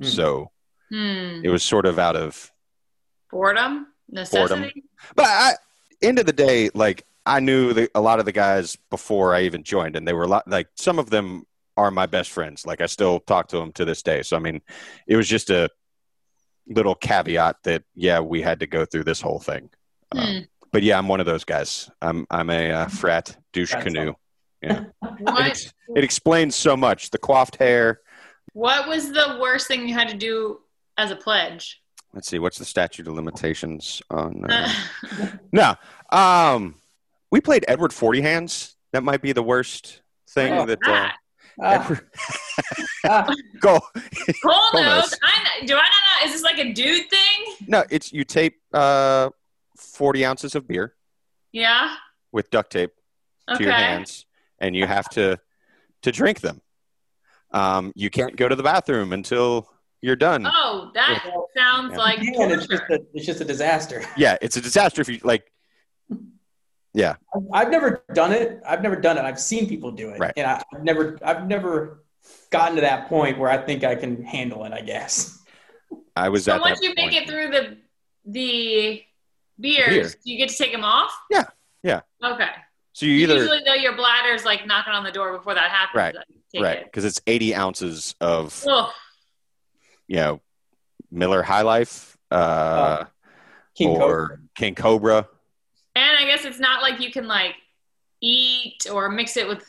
Speaker 2: Hmm.
Speaker 3: So
Speaker 4: Hmm.
Speaker 3: it was sort of out of
Speaker 4: Boredom. Necessity.
Speaker 3: But I, end of the day, like I knew the, a lot of the guys before I even joined, and they were a lot like some of them are my best friends. Like I still talk to them to this day. So I mean, it was just a little caveat that yeah, we had to go through this whole thing. Um, but yeah, I'm one of those guys. I'm I'm a uh, frat douche
Speaker 2: Frat
Speaker 3: canoe.
Speaker 4: Hmm.
Speaker 3: It,
Speaker 4: What?
Speaker 3: ex- it explains so much. The coiffed hair.
Speaker 4: What was the worst thing you had to do as a pledge?
Speaker 3: Let's see. What's the statute of limitations on? Uh, No. Um, we played Edward Forty Hands. That might be the worst thing
Speaker 2: Oh,
Speaker 3: that. Uh,
Speaker 4: Ah,
Speaker 2: Ah,
Speaker 3: Edward-
Speaker 2: ah,
Speaker 3: go.
Speaker 4: Cold
Speaker 3: Cold
Speaker 4: nose.
Speaker 3: nose.
Speaker 4: I kn- do I not know? Is this like a dude thing?
Speaker 3: No, it's you tape uh, forty ounces of beer
Speaker 4: Yeah.
Speaker 3: with duct tape to
Speaker 4: Okay.
Speaker 3: your hands, and you have to to drink them. Um, you can't go to the bathroom until you're done.
Speaker 4: Oh, that sounds
Speaker 3: Yeah.
Speaker 4: like
Speaker 2: man, it's just
Speaker 4: torture.
Speaker 2: a, it's just a disaster.
Speaker 3: Yeah, it's a disaster if you like.
Speaker 2: I've- I've never done it. I've never done it. I've seen people do it,
Speaker 3: Right.
Speaker 2: and I, I've never, I've never gotten to that point where I think I can handle it. I guess.
Speaker 3: I was
Speaker 4: So
Speaker 3: at
Speaker 4: once
Speaker 3: that
Speaker 4: you make
Speaker 3: point.
Speaker 4: it through the the beers,
Speaker 3: Beer.
Speaker 4: you get to take them off.
Speaker 3: Yeah, yeah.
Speaker 4: Okay.
Speaker 3: So you either
Speaker 4: usually though your bladder's like knocking on the door before that happens.
Speaker 3: Right,
Speaker 4: then you take
Speaker 3: right
Speaker 4: it.
Speaker 3: because it's eighty ounces of
Speaker 4: Ugh.
Speaker 3: you know Miller High Life
Speaker 4: Oh.
Speaker 3: uh,
Speaker 2: King
Speaker 3: or
Speaker 2: Cobra.
Speaker 3: King Cobra.
Speaker 4: And I guess it's not like you can like eat or mix it with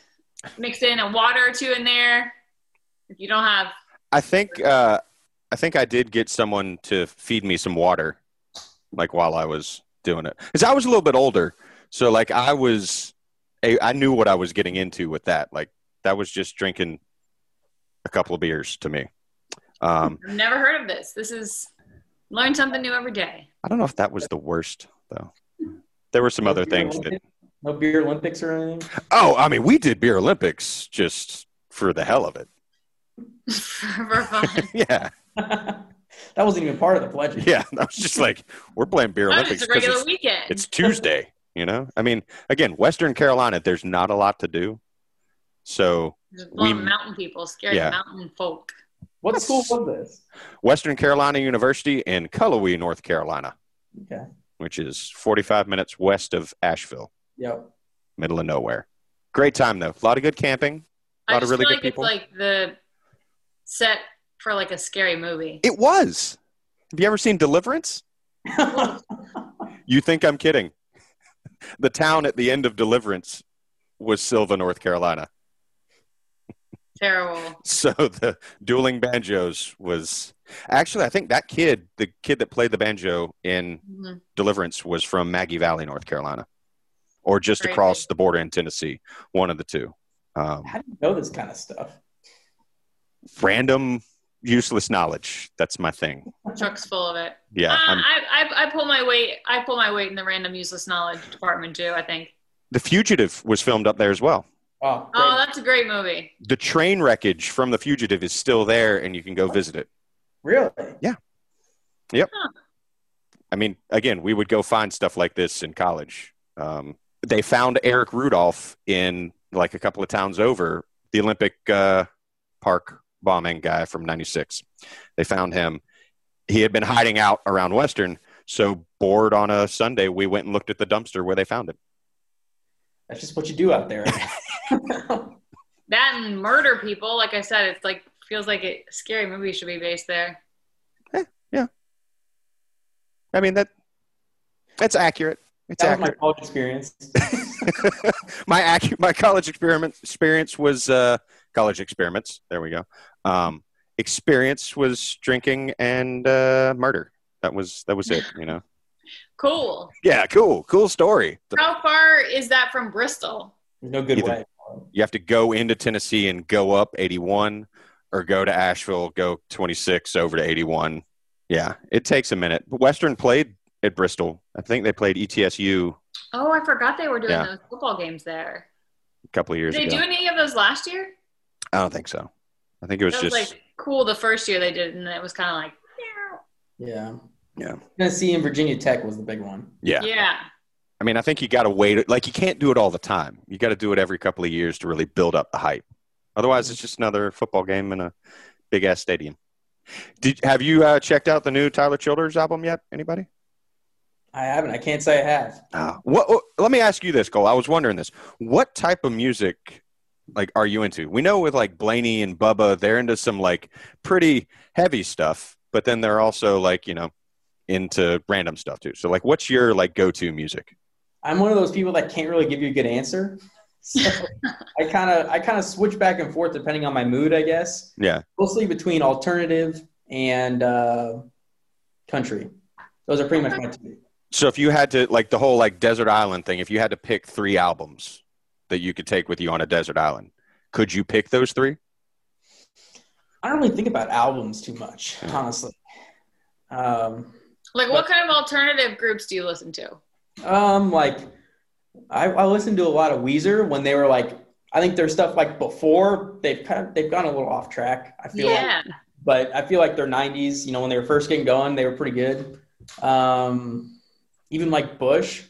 Speaker 4: mix in a water or two in there if you don't have.
Speaker 3: I think uh, I think I did get someone to feed me some water, like while I was doing it, because I was a little bit older, so like I was, I I knew what I was getting into with that. Like that was just drinking a couple of beers to me. Um,
Speaker 4: I've never heard of this. This is learn something new every day.
Speaker 3: I don't know if that was the worst though. There were some
Speaker 2: No
Speaker 3: other
Speaker 2: beer
Speaker 3: things that.
Speaker 2: Olympics? No beer Olympics or anything.
Speaker 3: Oh, I mean, we did beer Olympics just for the hell of it.
Speaker 4: for fun.
Speaker 3: Yeah,
Speaker 2: that wasn't even part of the pledge.
Speaker 3: yeah. I was just like, we're playing beer
Speaker 4: That was
Speaker 3: Olympics
Speaker 4: just a
Speaker 3: 'cause it's
Speaker 4: regular weekend.
Speaker 3: it's Tuesday, you know? I mean, again, Western Carolina, there's not a lot to do. So,
Speaker 4: Just a lot of
Speaker 3: we-
Speaker 4: mountain people, scary
Speaker 3: Yeah.
Speaker 4: mountain folk.
Speaker 2: What school was this?
Speaker 3: Western Carolina University in Cullowhee, North Carolina,
Speaker 2: Okay.
Speaker 3: which is 45 minutes west of Asheville,
Speaker 2: Yep.
Speaker 3: middle of nowhere. Great time, though. A lot of good camping.
Speaker 4: I
Speaker 3: Lot of
Speaker 4: just
Speaker 3: really
Speaker 4: feel
Speaker 3: good
Speaker 4: like
Speaker 3: people.
Speaker 4: it's like the set for like a scary movie.
Speaker 3: It was. Have you ever seen Deliverance? You think I'm kidding. The town at the end of Deliverance was Silva, North Carolina.
Speaker 4: Terrible.
Speaker 3: So the dueling banjos was actually, I think that kid, the kid that played the banjo in
Speaker 4: Mhm.
Speaker 3: Deliverance was from Maggie Valley, North Carolina, or just
Speaker 4: Crazy.
Speaker 3: across the border in Tennessee, one of the two. Um,
Speaker 2: How do you know this kind of stuff?
Speaker 3: random, useless knowledge. That's my thing.
Speaker 4: Truck's full of it.
Speaker 3: Yeah.
Speaker 4: Ah,
Speaker 3: I'm-
Speaker 4: I, I, I pull my weight. I pull my weight in the random useless knowledge department too. I think.
Speaker 3: the Fugitive was filmed up there as well.
Speaker 2: Oh, great.
Speaker 4: Oh, that's a great movie.
Speaker 3: The train wreckage from The Fugitive is still there, and you can go visit it.
Speaker 2: really?
Speaker 3: I mean, again, we would go find stuff like this in college. Um, they found Eric Rudolph in like a couple of towns over the Olympic uh, Park bombing guy from '96. They found him. He had been hiding out around Western. So bored on a Sunday, we went and looked at the dumpster where they found him.
Speaker 2: That's just what you do out there.
Speaker 4: That and murder people. Like I said, it's like feels like a scary movie should be based there.
Speaker 3: I mean that that's accurate. It's
Speaker 2: that was my
Speaker 3: accurate.
Speaker 2: college experience.
Speaker 3: my accu- my college experiment experience was uh, college experiments. There we go. Um, experience was drinking and uh, murder. That was that was it. You know.
Speaker 4: Cool.
Speaker 3: Yeah, cool, cool story.
Speaker 4: How far is that from Bristol?
Speaker 2: No good
Speaker 3: Either-
Speaker 2: way.
Speaker 3: You have to go into Tennessee and go up 81, or go to Asheville, go 26 over to 81. Yeah, it takes a minute. But Western played at Bristol. I think they played E ETSU a
Speaker 4: Oh, I forgot they were doing
Speaker 3: Yeah.
Speaker 4: those football games there.
Speaker 3: couple of years
Speaker 4: Did they
Speaker 3: ago.
Speaker 4: do any of those last year?
Speaker 3: I don't think so. I think it was
Speaker 4: that
Speaker 3: just
Speaker 4: was like cool the first year they did, and it was kind of like,
Speaker 2: Yeah.
Speaker 3: Yeah.
Speaker 2: Tennessee and Virginia Tech was the big one.
Speaker 3: yeah.
Speaker 4: yeah. yeah.
Speaker 3: I mean, I think you got to wait. Like, you can't do it all the time. You got to do it every couple of years to really build up the hype. Otherwise, it's just another football game in a big ass stadium. Did have you uh, checked out the new Tyler Childers album yet? Anybody?
Speaker 2: I haven't. I can't say I have.
Speaker 3: Uh, what, what? Let me ask you this, Cole. I was wondering this. What type of music, like, are you into? We know with like Blaney and Bubba, they're into some like pretty heavy stuff, but then they're also like you know into random stuff too. So, like, what's your like go to music?
Speaker 2: I'm one of those people that can't really give you a good answer. So I kind of I kind of switch back and forth depending on my mood, I guess.
Speaker 3: Yeah.
Speaker 2: Mostly between alternative and uh, country. Those are pretty much my two.
Speaker 3: So if you had to like the whole like desert island thing, if you had to pick three albums that you could take with you on a desert island, could you pick those three?
Speaker 2: I don't really think about albums too much, honestly. Um,
Speaker 4: Like, what kind of alternative groups do you listen to?
Speaker 2: um, like I, I listened to a lot of Weezer when they were like, I think their stuff like before they've kind of, they've gone a little off track. I feel like,
Speaker 4: Yeah.
Speaker 2: but I feel like their '90s, you know, when they were first getting going, they were pretty good. Um, even like Bush,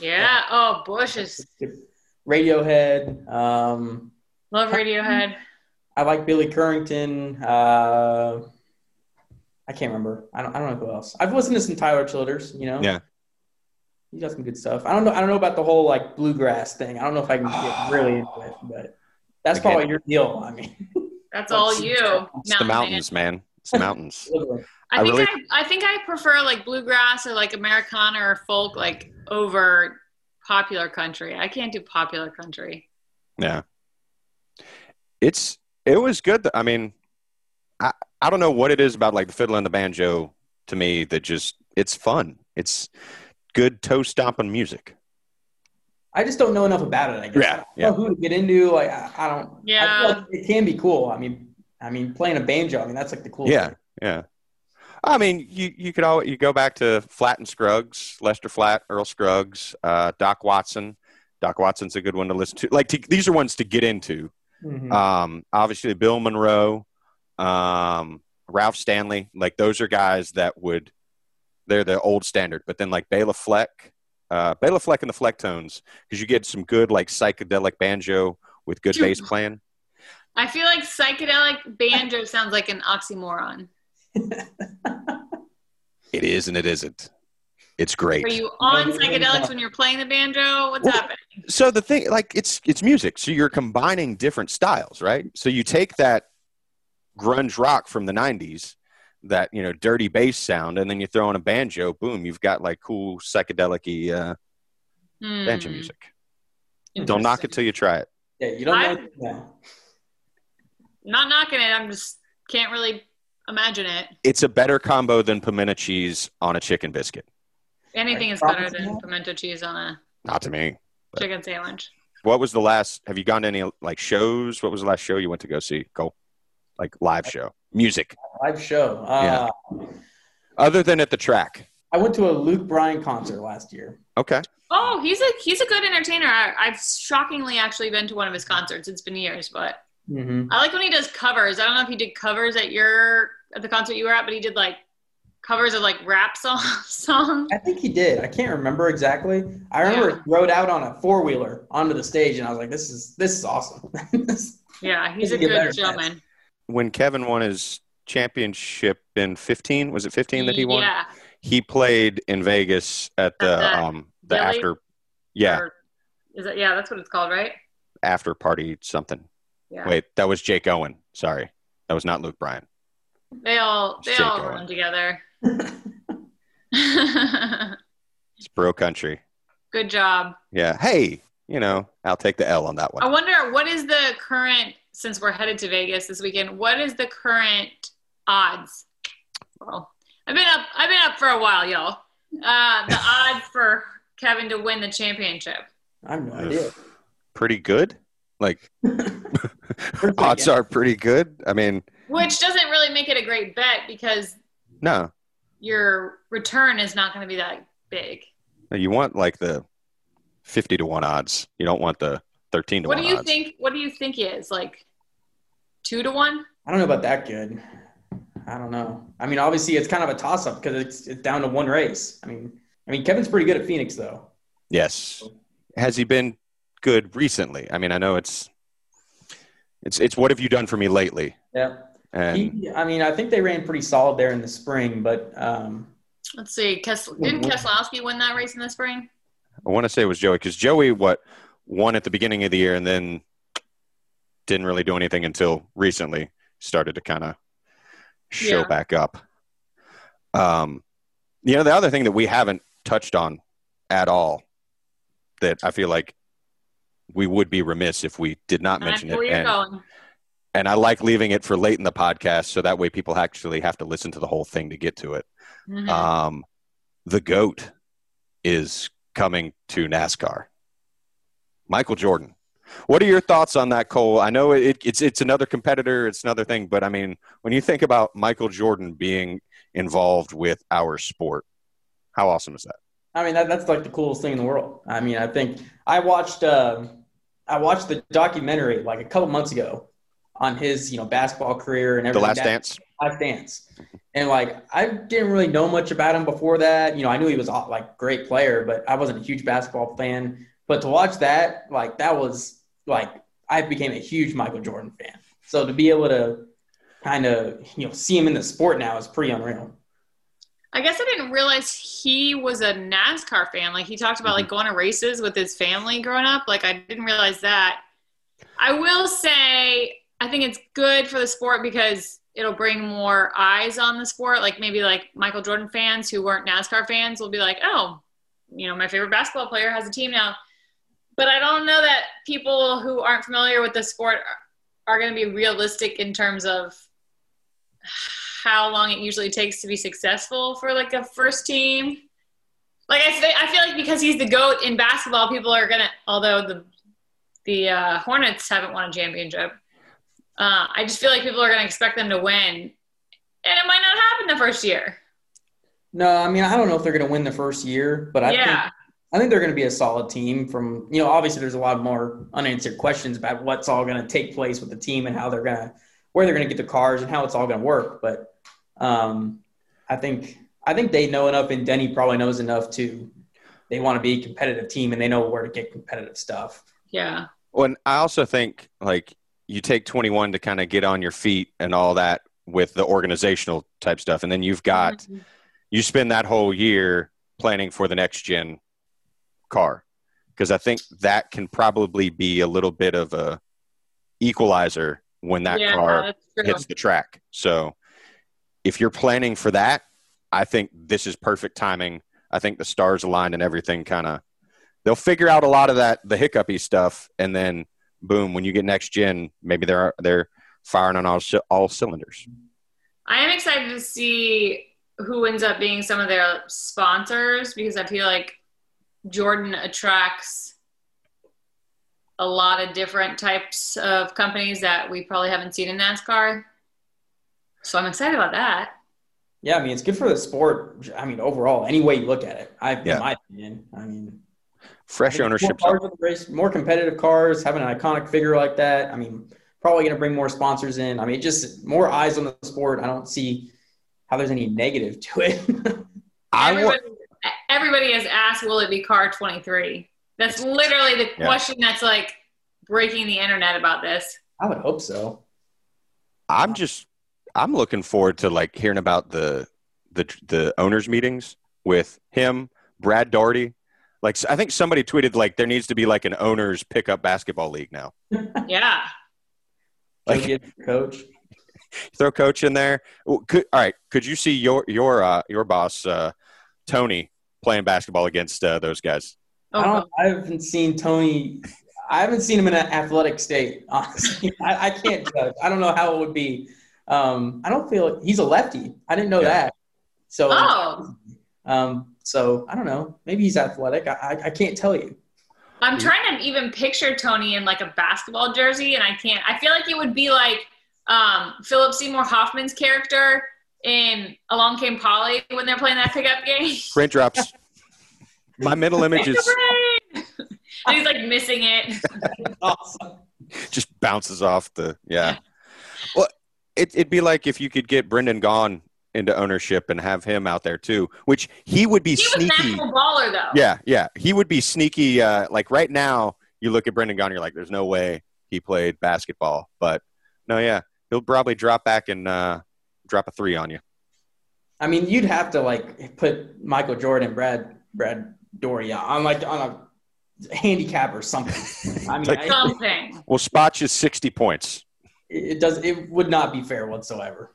Speaker 4: Yeah. Oh, Bush is
Speaker 2: Radiohead. Um,
Speaker 4: love Radiohead.
Speaker 2: I like Billy Currington. Uh, I can't remember. I don't, I don't know who else. I've listened to some Tyler Childers. You know.
Speaker 3: Yeah.
Speaker 2: He's got some good stuff. I don't know. I don't know about the whole like bluegrass thing. I don't know if I can get really into it, but that's
Speaker 3: Again.
Speaker 2: probably your deal. I mean,
Speaker 4: That's all
Speaker 2: It's-
Speaker 4: you.
Speaker 3: It's the mountains, man. It's the mountains.
Speaker 2: literally.
Speaker 4: I think
Speaker 3: I
Speaker 4: I,
Speaker 3: really-
Speaker 4: I think I prefer like bluegrass or like Americana or folk like over popular country. I can't do popular country.
Speaker 3: Yeah. It's it was good. I mean, I I don't know what it is about like the fiddle and the banjo to me that just it's fun. It's good toe stomping music.
Speaker 2: I just don't know enough about it. I guess.
Speaker 3: Yeah,
Speaker 2: I don't
Speaker 3: yeah.
Speaker 2: know who to get into. Like I, I don't. I
Speaker 4: Yeah.
Speaker 2: feel like it can be cool. I mean, I mean, playing a banjo. I mean, that's like the coolest.
Speaker 3: Yeah,
Speaker 2: thing.
Speaker 3: yeah. I mean, you you could always you go back to Flat and Scruggs, Lester Flat, Earl Scruggs, uh, Doc Watson. Doc Watson's a good one to listen to. Like to, these are ones to get into.
Speaker 2: Mhm.
Speaker 3: Um, obviously, Bill Monroe, um, Ralph Stanley. Like those are guys that would they're the old standard. But then like Bela Fleck, uh, Bela Fleck and the Flecktones, because you get some good like psychedelic banjo with good
Speaker 4: Dude.
Speaker 3: bass playing.
Speaker 4: I feel like psychedelic banjo sounds like an oxymoron.
Speaker 3: It is and it isn't. It's great.
Speaker 4: Are you on
Speaker 2: No, no, no, no.
Speaker 4: psychedelics when you're playing the banjo? What's
Speaker 3: Well,
Speaker 4: happening?
Speaker 3: so the thing like it's it's music so you're combining different styles right so you take that grunge rock from the 90s that you know dirty bass sound and then you throw in a banjo boom you've got like cool psychedelic uh, banjo
Speaker 4: Hmm.
Speaker 3: music don't knock it till you try it
Speaker 2: Yeah. You don't
Speaker 4: I-
Speaker 2: know. Yeah.
Speaker 4: Not knocking it. I'm just can't really imagine it.
Speaker 3: it's a better combo than pimento cheese on a chicken biscuit
Speaker 4: Anything is better than pimento cheese on a
Speaker 3: not to me
Speaker 4: chicken sandwich.
Speaker 3: what was the last have you gone to any like shows what was the last show you went to go see go like live show music
Speaker 2: Live show. Uh,
Speaker 3: other than at the track
Speaker 2: I went to a Luke Bryan concert last year.
Speaker 3: okay
Speaker 4: Oh, he's a he's a good entertainer. I, I've shockingly actually been to one of his concerts. It's been years, but
Speaker 2: Mm-hmm.
Speaker 4: I like when he does covers. I don't know if he did covers at your at the concert you were at, but he did like covers of like rap song songs.
Speaker 2: I think he did. I can't remember exactly. I remember
Speaker 4: Yeah.
Speaker 2: he rode out on a four wheeler onto the stage, and I was like, "This is this is awesome."
Speaker 4: Yeah, he's a
Speaker 2: Get better
Speaker 4: good
Speaker 2: at
Speaker 4: showman.
Speaker 3: when Kevin won his championship in 15, was it 15 that he won?
Speaker 4: Yeah.
Speaker 3: He played in Vegas at the,
Speaker 4: At the
Speaker 3: um the
Speaker 4: Dilly?
Speaker 3: after yeah,
Speaker 4: Or- is it yeah, that's what it's called, right?
Speaker 3: after party something.
Speaker 4: Yeah.
Speaker 3: Wait, that was Jake Owen. Sorry. That was not Luke Bryan.
Speaker 4: They all they
Speaker 3: Shake
Speaker 4: all
Speaker 3: it.
Speaker 4: run together.
Speaker 3: It's bro country.
Speaker 4: good job.
Speaker 3: Yeah. Hey, you know, I'll take the L on that
Speaker 4: I
Speaker 3: one.
Speaker 4: wonder what is the current since we're headed to Vegas this weekend, what is the current odds? Well, I've been up. I've been up for a while, y'all. Uh, the odds for Kevin to win the championship.
Speaker 2: I have no idea.
Speaker 3: Pretty good. Like odds are pretty good. I mean,
Speaker 4: Which doesn't really make it a great bet because
Speaker 3: no,
Speaker 4: your return is not going to be that big.
Speaker 3: you want like the fifty to one odds. You don't want the thirteen to
Speaker 4: What do
Speaker 3: one
Speaker 4: you
Speaker 3: odds.
Speaker 4: think? What do you think it is like? Two to one.
Speaker 2: I don't know about that good. I don't know. I mean, obviously, it's kind of a toss up because it's, it's down to one race. I mean, I mean, Kevin's pretty good at Phoenix though.
Speaker 3: Yes. Has he been good recently? I mean, I know it's it's it's what have you done for me lately?
Speaker 2: Yeah.
Speaker 3: And
Speaker 2: He, I mean, I think they ran pretty solid there in the spring, but um,
Speaker 4: Let's see. Kes- didn't Keselowski win that race in the spring?
Speaker 3: I want to say it was Joey because Joey what won at the beginning of the year and then didn't really do anything until recently started to kind of show
Speaker 4: Yeah.
Speaker 3: back up. Um, you know, the other thing that we haven't touched on at all that I feel like we would be remiss if we did not
Speaker 4: And I
Speaker 3: mention
Speaker 4: know where
Speaker 3: it.
Speaker 4: you're
Speaker 3: and-
Speaker 4: going.
Speaker 3: and I like leaving it for late in the podcast so that way people actually have to listen to the whole thing to get to it.
Speaker 4: Mhm.
Speaker 3: Um, the goat is coming to NASCAR. Michael Jordan. What are your thoughts on that, Cole? I know it, it's it's another competitor, it's another thing, but I mean, when you think about Michael Jordan being involved with our sport, how awesome is that?
Speaker 2: I mean, that, that's like the coolest thing in the world. I mean, I think I watched uh, I watched the documentary like a couple months ago on his you know basketball career and
Speaker 3: The
Speaker 2: everything.
Speaker 3: Last
Speaker 2: that-
Speaker 3: Dance.
Speaker 2: Last Dance, and like I didn't really know much about him before that. You know, I knew he was a like great player, but I wasn't a huge basketball fan. But to watch that, like that was like I became a huge Michael Jordan fan. So to be able to kind of you know see him in the sport now is pretty unreal.
Speaker 4: I guess I didn't realize he was a NASCAR fan. Like he talked about like going to races with his family growing up. Like I didn't realize that. I will say I think it's good for the sport because it'll bring more eyes on the sport. Like maybe like Michael Jordan fans who weren't NASCAR fans will be like, "Oh, you know, my favorite basketball player has a team now." But I don't know that people who aren't familiar with the sport are, are going to be realistic in terms of how long it usually takes to be successful for like a first team. Like I, fe- I feel like because he's the goat in basketball, people are gonna. Although the the uh, Hornets haven't won a championship, uh, I just feel like people are gonna expect them to win, and it might not happen the first year.
Speaker 2: No, I mean I don't know if they're going to win the first year, but I think
Speaker 4: yeah,
Speaker 2: I think they're going to be a solid team. From you know, obviously there's a lot more unanswered questions about what's all going to take place with the team and how they're going to where they're going to get the cars and how it's all going to work. But um, I think I think they know enough, and Denny probably knows enough to they want to be a competitive team and they know where to get competitive stuff.
Speaker 4: yeah,
Speaker 3: Well, and I also think like you take 21 to kind of get on your feet and all that with the organizational type stuff, and then you've got
Speaker 4: Mm-hmm.
Speaker 3: you spend that whole year planning for the next gen car because I think that can probably be a little bit of a equalizer when that
Speaker 4: yeah,
Speaker 3: car
Speaker 4: that's true.
Speaker 3: hits the track. So if you're planning for that, I think this is perfect timing. I think the stars aligned and everything kind of they'll figure out a lot of that the hiccupy stuff and then boom when you get next gen maybe they're they're firing on all cy- all cylinders.
Speaker 4: I am excited to see who ends up being some of their sponsors because I feel like Jordan attracts a lot of different types of companies that we probably haven't seen in NASCAR. So I'm excited about that.
Speaker 2: Yeah, I mean it's good for the sport. I mean overall, any way you look at it, I
Speaker 3: Yeah.
Speaker 2: in my opinion, I mean
Speaker 3: Fresh
Speaker 2: More
Speaker 3: ownership.
Speaker 2: cars in the race, more competitive cars, having an iconic figure like that. I mean, probably going to bring more sponsors in. I mean, just more eyes on the sport. I don't see how there's any negative to it.
Speaker 3: I want
Speaker 4: everybody, everybody has asked, will it be car 23? That's literally the
Speaker 3: Yeah.
Speaker 4: question that's like breaking the internet about this.
Speaker 2: I would hope so.
Speaker 3: I'm just I'm looking forward to like hearing about the the the owners meetings with him, Brad Doherty. Like I think somebody tweeted like there needs to be like an owners pickup basketball league now.
Speaker 4: Yeah.
Speaker 2: Like,
Speaker 3: Like
Speaker 2: coach.
Speaker 3: throw coach in there. Well, Could, all right, could you see your your uh, your boss uh, Tony playing basketball against uh, those guys?
Speaker 2: I
Speaker 4: Oh,
Speaker 2: don't. I haven't seen Tony. I haven't seen him in an athletic state. Honestly, I, I can't judge. I don't know how it would be. Um, I don't feel he's a lefty. I didn't know
Speaker 3: Yeah.
Speaker 2: that. So,
Speaker 4: Oh,
Speaker 2: um, so I don't know. Maybe he's athletic. I, I, I can't tell you.
Speaker 4: I'm
Speaker 3: Mm-hmm.
Speaker 4: trying to even picture Tony in like a basketball jersey, and I can't. I feel like it would be like um, Philip Seymour Hoffman's character in Along Came Polly when they're playing that pickup game.
Speaker 3: Print drops. My mental image is
Speaker 4: and he's like missing it.
Speaker 2: Awesome.
Speaker 3: just bounces off the yeah. Well, it, it'd be like if you could get Brendan Gaughan into ownership and have him out there too, which he would be
Speaker 4: He was
Speaker 3: sneaky.
Speaker 4: national baller though.
Speaker 3: Yeah, yeah. He would be sneaky. Uh, like right now, you look at Brendan Gaughan, you're like, there's no way he played basketball. But no, yeah, he'll probably drop back and uh, drop a three on you.
Speaker 2: I mean, you'd have to like put Michael Jordan, and Brad, Brad Doria on like on a handicap or something. I mean,
Speaker 3: Like-
Speaker 2: I-
Speaker 4: Something.
Speaker 3: We'll spot you 60 points.
Speaker 2: it does. It would not be fair whatsoever.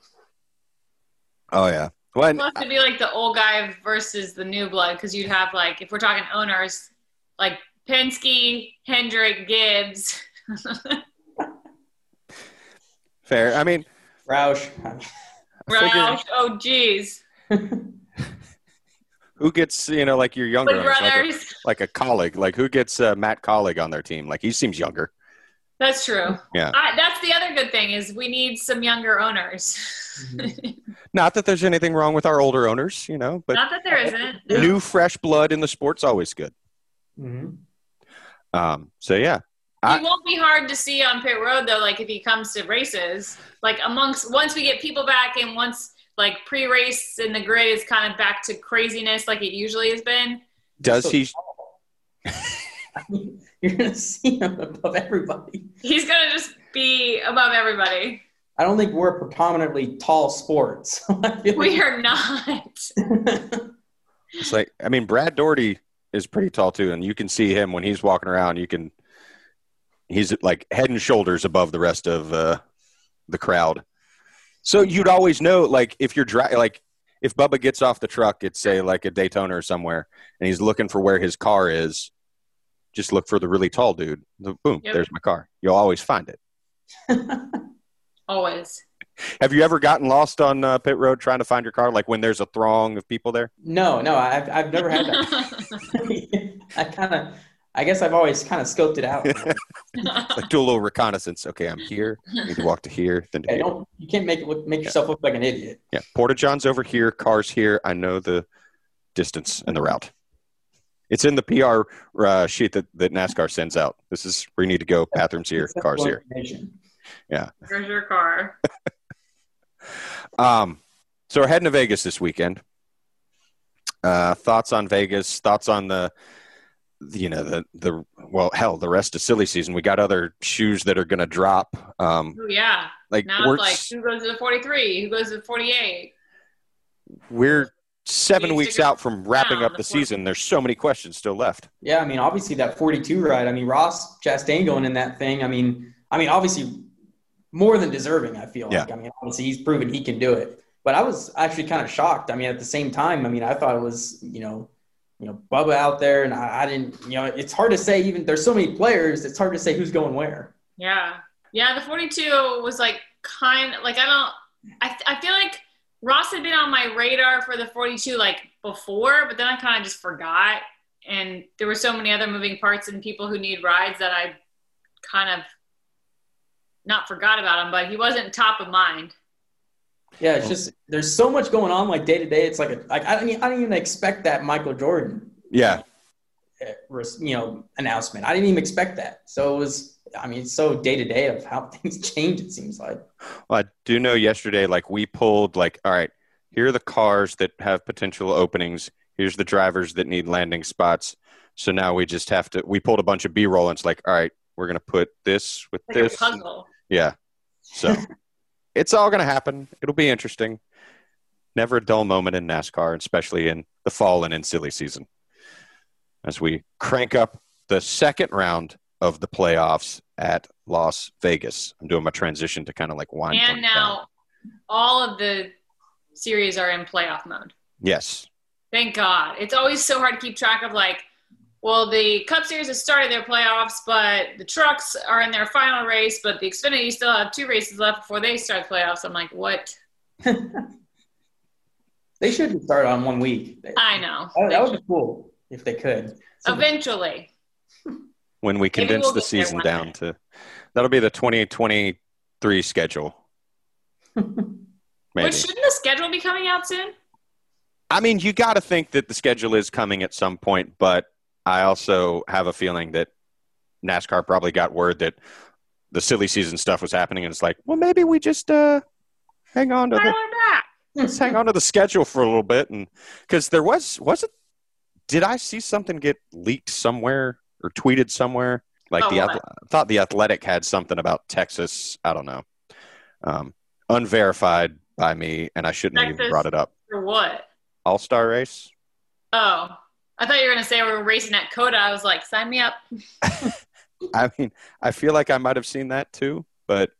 Speaker 3: Oh, yeah. Well, and
Speaker 4: It'll have to be like the old guy versus the new blood because you'd have like if we're talking owners, like Penske, Hendrick, Gibbs.
Speaker 3: fair. I mean,
Speaker 2: Roush.
Speaker 3: I figure
Speaker 4: Roush, oh geez,
Speaker 3: who gets, you know, like your younger,
Speaker 4: Wood
Speaker 3: owners, like, a-
Speaker 4: Brothers.
Speaker 3: like a colleague? Like who gets uh, Matt Colleague on their team? Like he seems younger.
Speaker 4: That's true.
Speaker 3: Yeah.
Speaker 4: I, that's the other good thing is we need some younger owners.
Speaker 3: Not that there's anything wrong with our older owners, you know, Mm-hmm. but
Speaker 4: Not that there isn't.
Speaker 3: new, fresh blood in the sport's always good.
Speaker 2: hmm
Speaker 3: Um, so, yeah. I-
Speaker 4: He won't be hard to see on pit road though. Like if he comes to races, like amongst once we get people back and once like pre-race and the grid is kind of back to craziness like it usually has been.
Speaker 3: Does
Speaker 2: So-
Speaker 3: he?
Speaker 2: I mean, you're gonna see him above everybody.
Speaker 4: He's gonna just be above everybody.
Speaker 2: I don't think we're a predominantly tall sports.
Speaker 4: We are not.
Speaker 3: It's like I mean, Brad Doherty is pretty tall too, and you can see him when he's walking around. You can he's like head and shoulders above the rest of uh, the crowd. So you'd always know, like if you're dri- like if Bubba gets off the truck at say like a Daytona or somewhere, and he's looking for where his car is. Just look for the really tall dude. The- Boom,
Speaker 4: Yep.
Speaker 3: there's my car. You'll always find it.
Speaker 4: Always.
Speaker 3: Have you ever gotten lost on uh, pit road trying to find your car? Like when there's a throng of people there?
Speaker 2: no, no, I've I've never had that. I kind of, I guess I've always kind of scoped it out. Okay,
Speaker 3: Like do a little reconnaissance. Okay, I'm here. I need to walk to here, then to here.
Speaker 2: don't you can't make it look make yourself look like an idiot.
Speaker 3: Yeah, Porta John's over here, cars here. I know the distance and the route. It's in the PR uh, sheet that, that NASCAR sends out. This is where you need to go. Bathrooms here, cars here.
Speaker 2: Information.
Speaker 4: Where's your car?
Speaker 3: Um, so we're heading to Vegas this weekend. Uh, thoughts on Vegas? Thoughts on the, you know, the the well, hell, the rest of silly season. We got other shoes that are going to drop. Um,
Speaker 4: Oh yeah.
Speaker 3: like
Speaker 4: Now
Speaker 3: we're
Speaker 4: it's like who goes to the forty three? Who goes to the forty eight?
Speaker 3: we're seven
Speaker 4: We need to
Speaker 3: weeks
Speaker 4: go
Speaker 3: out from wrapping
Speaker 4: down
Speaker 3: up the
Speaker 4: the fourth.
Speaker 3: season. There's so many questions still left.
Speaker 2: Yeah, I mean, obviously that 42 ride. I mean, Ross Chastain going in that thing. I mean, I mean, obviously more than deserving. I feel like. I mean, obviously he's proven he can do it. But I was actually kind of shocked. I mean, at the same time, I mean, I thought it was you know, you know, Bubba out there, and I, I didn't. You know, it's hard to say. Even there's so many players, it's hard to say who's going where.
Speaker 4: Yeah. Yeah, the 42 was like kind like I don't I I feel like Ross had been on my radar for the 42 like before, but then I kind of just forgot and there were so many other moving parts and people who need rides that I kind of not forgot about him, but he wasn't top of mind.
Speaker 2: Yeah, it's just there's so much going on like day to day. It's like a, like I don't e- I didn't even expect that Michael Jordan,
Speaker 3: Yeah,
Speaker 2: uh, res- you know, announcement. I didn't even expect that. So it was. I mean, it's so day to day of how things change. It seems like.
Speaker 3: well, I do know. Yesterday, like we pulled, like all right, here are the cars that have potential openings. Here's the drivers that need landing spots. So now we just have to. We pulled a bunch of B roll, and it's like, all right, we're gonna put this with
Speaker 4: Like a
Speaker 3: this.
Speaker 4: puzzle.
Speaker 3: Yeah, so it's all gonna happen. It'll be interesting. Never a dull moment in NASCAR, and especially in the fall and in silly season, as we crank up the second round of the playoffs at Las Vegas. I'm doing my transition to kind of like wind.
Speaker 4: And
Speaker 3: things down.
Speaker 4: now all of the series are in playoff mode.
Speaker 3: Yes.
Speaker 4: Thank God. It's always so hard to keep track of like Well, the Cup Series has started their playoffs, but the trucks are in their final race, but the Xfinity still have two races left before they start the playoffs. I'm like, what?
Speaker 2: they should start on one week.
Speaker 4: I know.
Speaker 2: That, that would be cool if they could.
Speaker 4: Eventually.
Speaker 3: When we condense
Speaker 4: we'll
Speaker 3: the
Speaker 4: get there
Speaker 3: season
Speaker 4: one
Speaker 3: down
Speaker 4: day.
Speaker 3: to that'll be the 2023 schedule. Maybe.
Speaker 4: Which shouldn't the schedule be coming out soon?
Speaker 3: I mean, you got to think that the schedule is coming at some point, but I also have a feeling that NASCAR probably got word that the silly season stuff was happening, and it's like, well, maybe we just uh, hang on to
Speaker 4: Why
Speaker 3: the
Speaker 4: don't we back?
Speaker 3: let's hang on to the schedule for a little bit, and because there was was it? Did I see something get leaked somewhere or tweeted somewhere? Like
Speaker 4: Oh,
Speaker 3: the
Speaker 4: what?
Speaker 3: ath- I thought the Athletic had something about Texas. I don't know, um, unverified by me, and I shouldn't have even
Speaker 4: Texas.
Speaker 3: brought it up.
Speaker 4: Or what?
Speaker 3: All Star race.
Speaker 4: Oh, I thought you were going to say we were racing at Coda. I was like, sign me up.
Speaker 3: I mean, I feel like I might have seen that too, but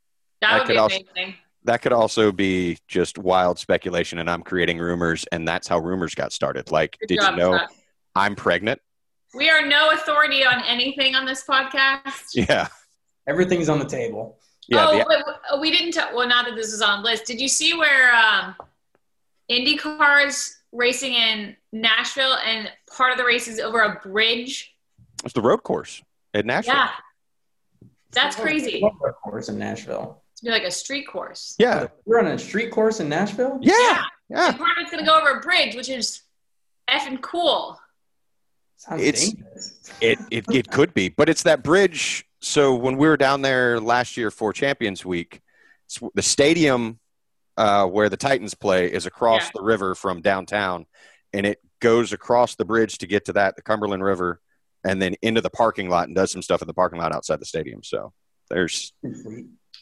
Speaker 4: That
Speaker 3: I
Speaker 4: would
Speaker 3: could
Speaker 4: be
Speaker 3: also-
Speaker 4: amazing.
Speaker 3: that could also be just wild speculation, and I'm creating rumors, and that's how rumors got started. Like,
Speaker 4: Good
Speaker 3: did
Speaker 4: job,
Speaker 3: you know
Speaker 4: Scott.
Speaker 3: I'm pregnant?
Speaker 4: We are no authority on anything on this podcast.
Speaker 3: Yeah,
Speaker 2: Everything's on the table.
Speaker 3: yeah.
Speaker 4: oh,
Speaker 3: the-
Speaker 4: but w- we didn't. T- well, not that this was on the list. Did you see where um, IndyCar is racing in Nashville, and part of the race is over a bridge?
Speaker 3: it's the road course at Nashville.
Speaker 4: Yeah, that's
Speaker 2: Oh.
Speaker 4: crazy.
Speaker 2: Love our course in Nashville.
Speaker 4: It's be like a street course.
Speaker 3: Yeah,
Speaker 2: We're on a street course in Nashville.
Speaker 3: yeah, yeah.
Speaker 4: And part of it's gonna go over a bridge, which is effing cool.
Speaker 2: Sounds
Speaker 3: It's-
Speaker 2: dangerous.
Speaker 3: It, it it could be, but it's that bridge. So when we were down there last year for Champions Week, s- the stadium uh, where the Titans play is across
Speaker 4: Yeah.
Speaker 3: the river from downtown, and it goes across the bridge to get to that the Cumberland River, and then into the parking lot and does some stuff in the parking lot outside the stadium. So there's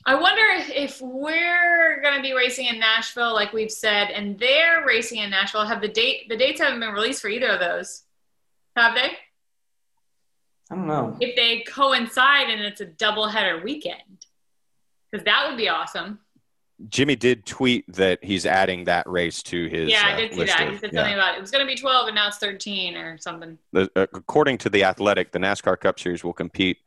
Speaker 4: I wonder if we're gonna be racing in Nashville, like we've said, and they're racing in Nashville. Have the date? The dates haven't been released for either of those, have they?
Speaker 2: I don't know.
Speaker 4: if they coincide and it's a double header weekend because that would be awesome
Speaker 3: Jimmy did tweet that he's adding that race to his uh,
Speaker 4: yeah i did see
Speaker 3: list
Speaker 4: that
Speaker 3: of-
Speaker 4: he said
Speaker 3: yeah.
Speaker 4: something about it was going to be 12 and now it's 13 or something
Speaker 3: the, uh, according to the Athletic, the NASCAR Cup Series will compete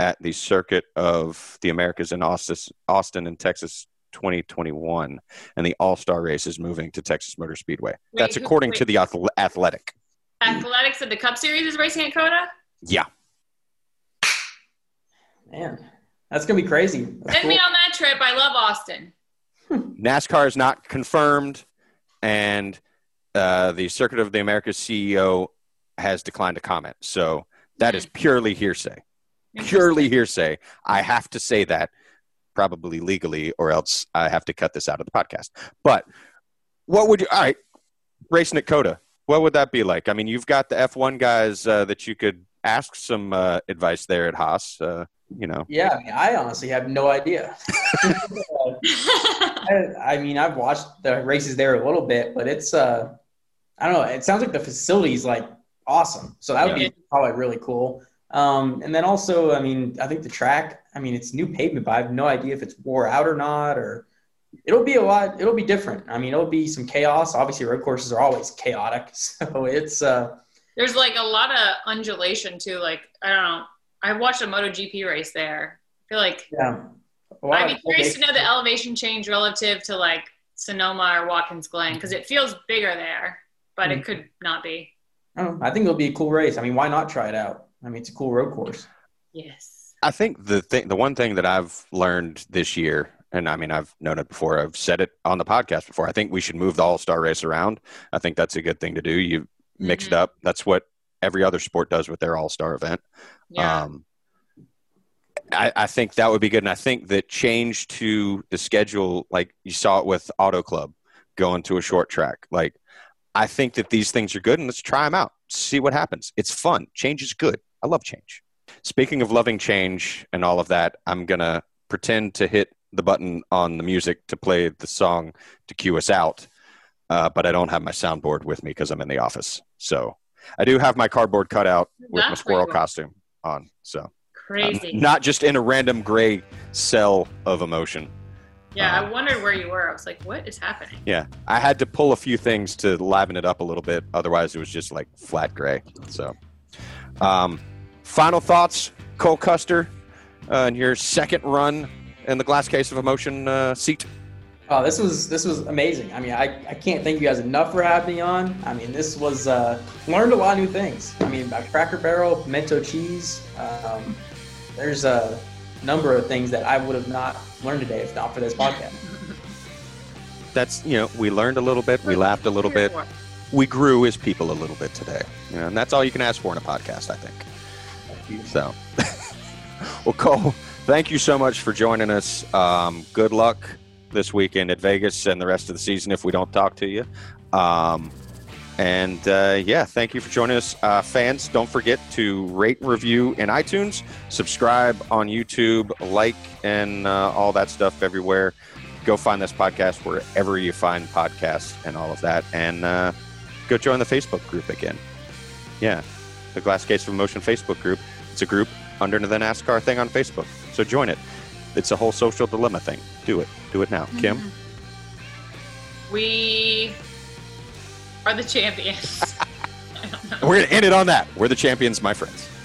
Speaker 3: at the Circuit of the Americas in Austin, Austin and Texas 2021, and the All Star Race is moving to Texas Motor Speedway.
Speaker 4: Wait,
Speaker 3: That's
Speaker 4: who-
Speaker 3: according
Speaker 4: wait.
Speaker 3: to the Athle- Athletic. Hmm.
Speaker 4: athletics of the cup series is racing at coda
Speaker 3: Yeah,
Speaker 2: Man, that's gonna be crazy. That's
Speaker 4: send me on that trip i love austin
Speaker 3: NASCAR is not confirmed, and uh, the Circuit of the Americas CEO has declined to comment. So that is purely hearsay. purely hearsay. I have to say that probably legally, or else I have to cut this out of the podcast. But what would you? All right, racing at Coda. What would that be like? I mean, you've got the F1 guys uh, that you could ask some uh, advice there at Haas. Uh, you know,
Speaker 2: Yeah, I, mean, I honestly have no idea. I, I mean, I've watched the races there a little bit, but it's uh, I don't know. It sounds like the facility's like awesome, so that would
Speaker 4: Yeah.
Speaker 2: be probably really cool. Um, and then also, I mean, I think the track. I mean, it's new pavement, but I have no idea if it's wore out or not, or it'll be a lot. It'll be different. I mean, it'll be some chaos. Obviously, road courses are always chaotic, so it's uh,
Speaker 4: there's like a lot of undulation too like i don't know i watched a MotoGP race there i feel like
Speaker 2: yeah. a lot
Speaker 4: I'd
Speaker 2: of-
Speaker 4: be curious to know the elevation change relative to like Sonoma or Watkins Glen because it feels bigger there, but
Speaker 3: Hmm.
Speaker 4: it could not be.
Speaker 2: I, don't know. I think it'll be a cool race. I mean, why not try it out? I mean, it's a cool road course.
Speaker 4: Yes.
Speaker 3: I think the thing, the one thing that I've learned this year, and I mean, I've known it before, I've said it on the podcast before. I think we should move the All Star race around. I think that's a good thing to do. You mix it
Speaker 4: Mhm.
Speaker 3: up. That's what every other sport does with their All Star event.
Speaker 4: Yeah.
Speaker 3: Um, I, I think that would be good. And I think the change to the schedule, like you saw it with Auto Club going to a short track, like I think that these things are good and let's try them out, see what happens. It's fun. Change is good. I love change. Speaking of loving change and all of that, I'm going to pretend to hit the button on the music to play the song to cue us out. Uh, but I don't have my soundboard with me because I'm in the office. So I do have my cardboard cutout with my
Speaker 4: That's
Speaker 3: squirrel
Speaker 4: pretty cool.
Speaker 3: costume on. So I'm
Speaker 4: Crazy.
Speaker 3: not just in a random gray cell of emotion.
Speaker 4: yeah,
Speaker 3: um,
Speaker 4: I wondered where you were. I was like, what is happening?
Speaker 3: Yeah, I had to pull a few things to liven it up a little bit. Otherwise, it was just like flat gray. So, Um, final thoughts, Cole Custer, uh, in your second run in the glass case of emotion uh, seat.
Speaker 2: Oh, this was this was amazing. I mean, I, I can't thank you guys enough for having me on. I mean, this was uh, learned a lot of new things. I mean, about Cracker Barrel, pimento cheese. Um, there's a number of things that I would have not learned today if not for this podcast.
Speaker 3: That's you know, we learned a little bit, we laughed a little bit, we grew as people a little bit today. You know, and that's all you can ask for in a podcast, I think. So, well, Cole, thank you so much for joining us. Um, good luck this weekend at Vegas and the rest of the season if we don't talk to you. Um, and uh, yeah, thank you for joining us. Uh, fans, don't forget to rate and review in iTunes, subscribe on YouTube, like, and uh, all that stuff everywhere. Go find this podcast wherever you find podcasts and all of that. And uh, go join the Facebook group again. Yeah, the Glass Case of Emotion Facebook group. It's a group under the NASCAR thing on Facebook. So join it. It's a whole social dilemma thing. Do it. Do it now. Mm-hmm. Kim?
Speaker 4: We are the champions.
Speaker 3: We're going to end it on that. We're the champions, my friends.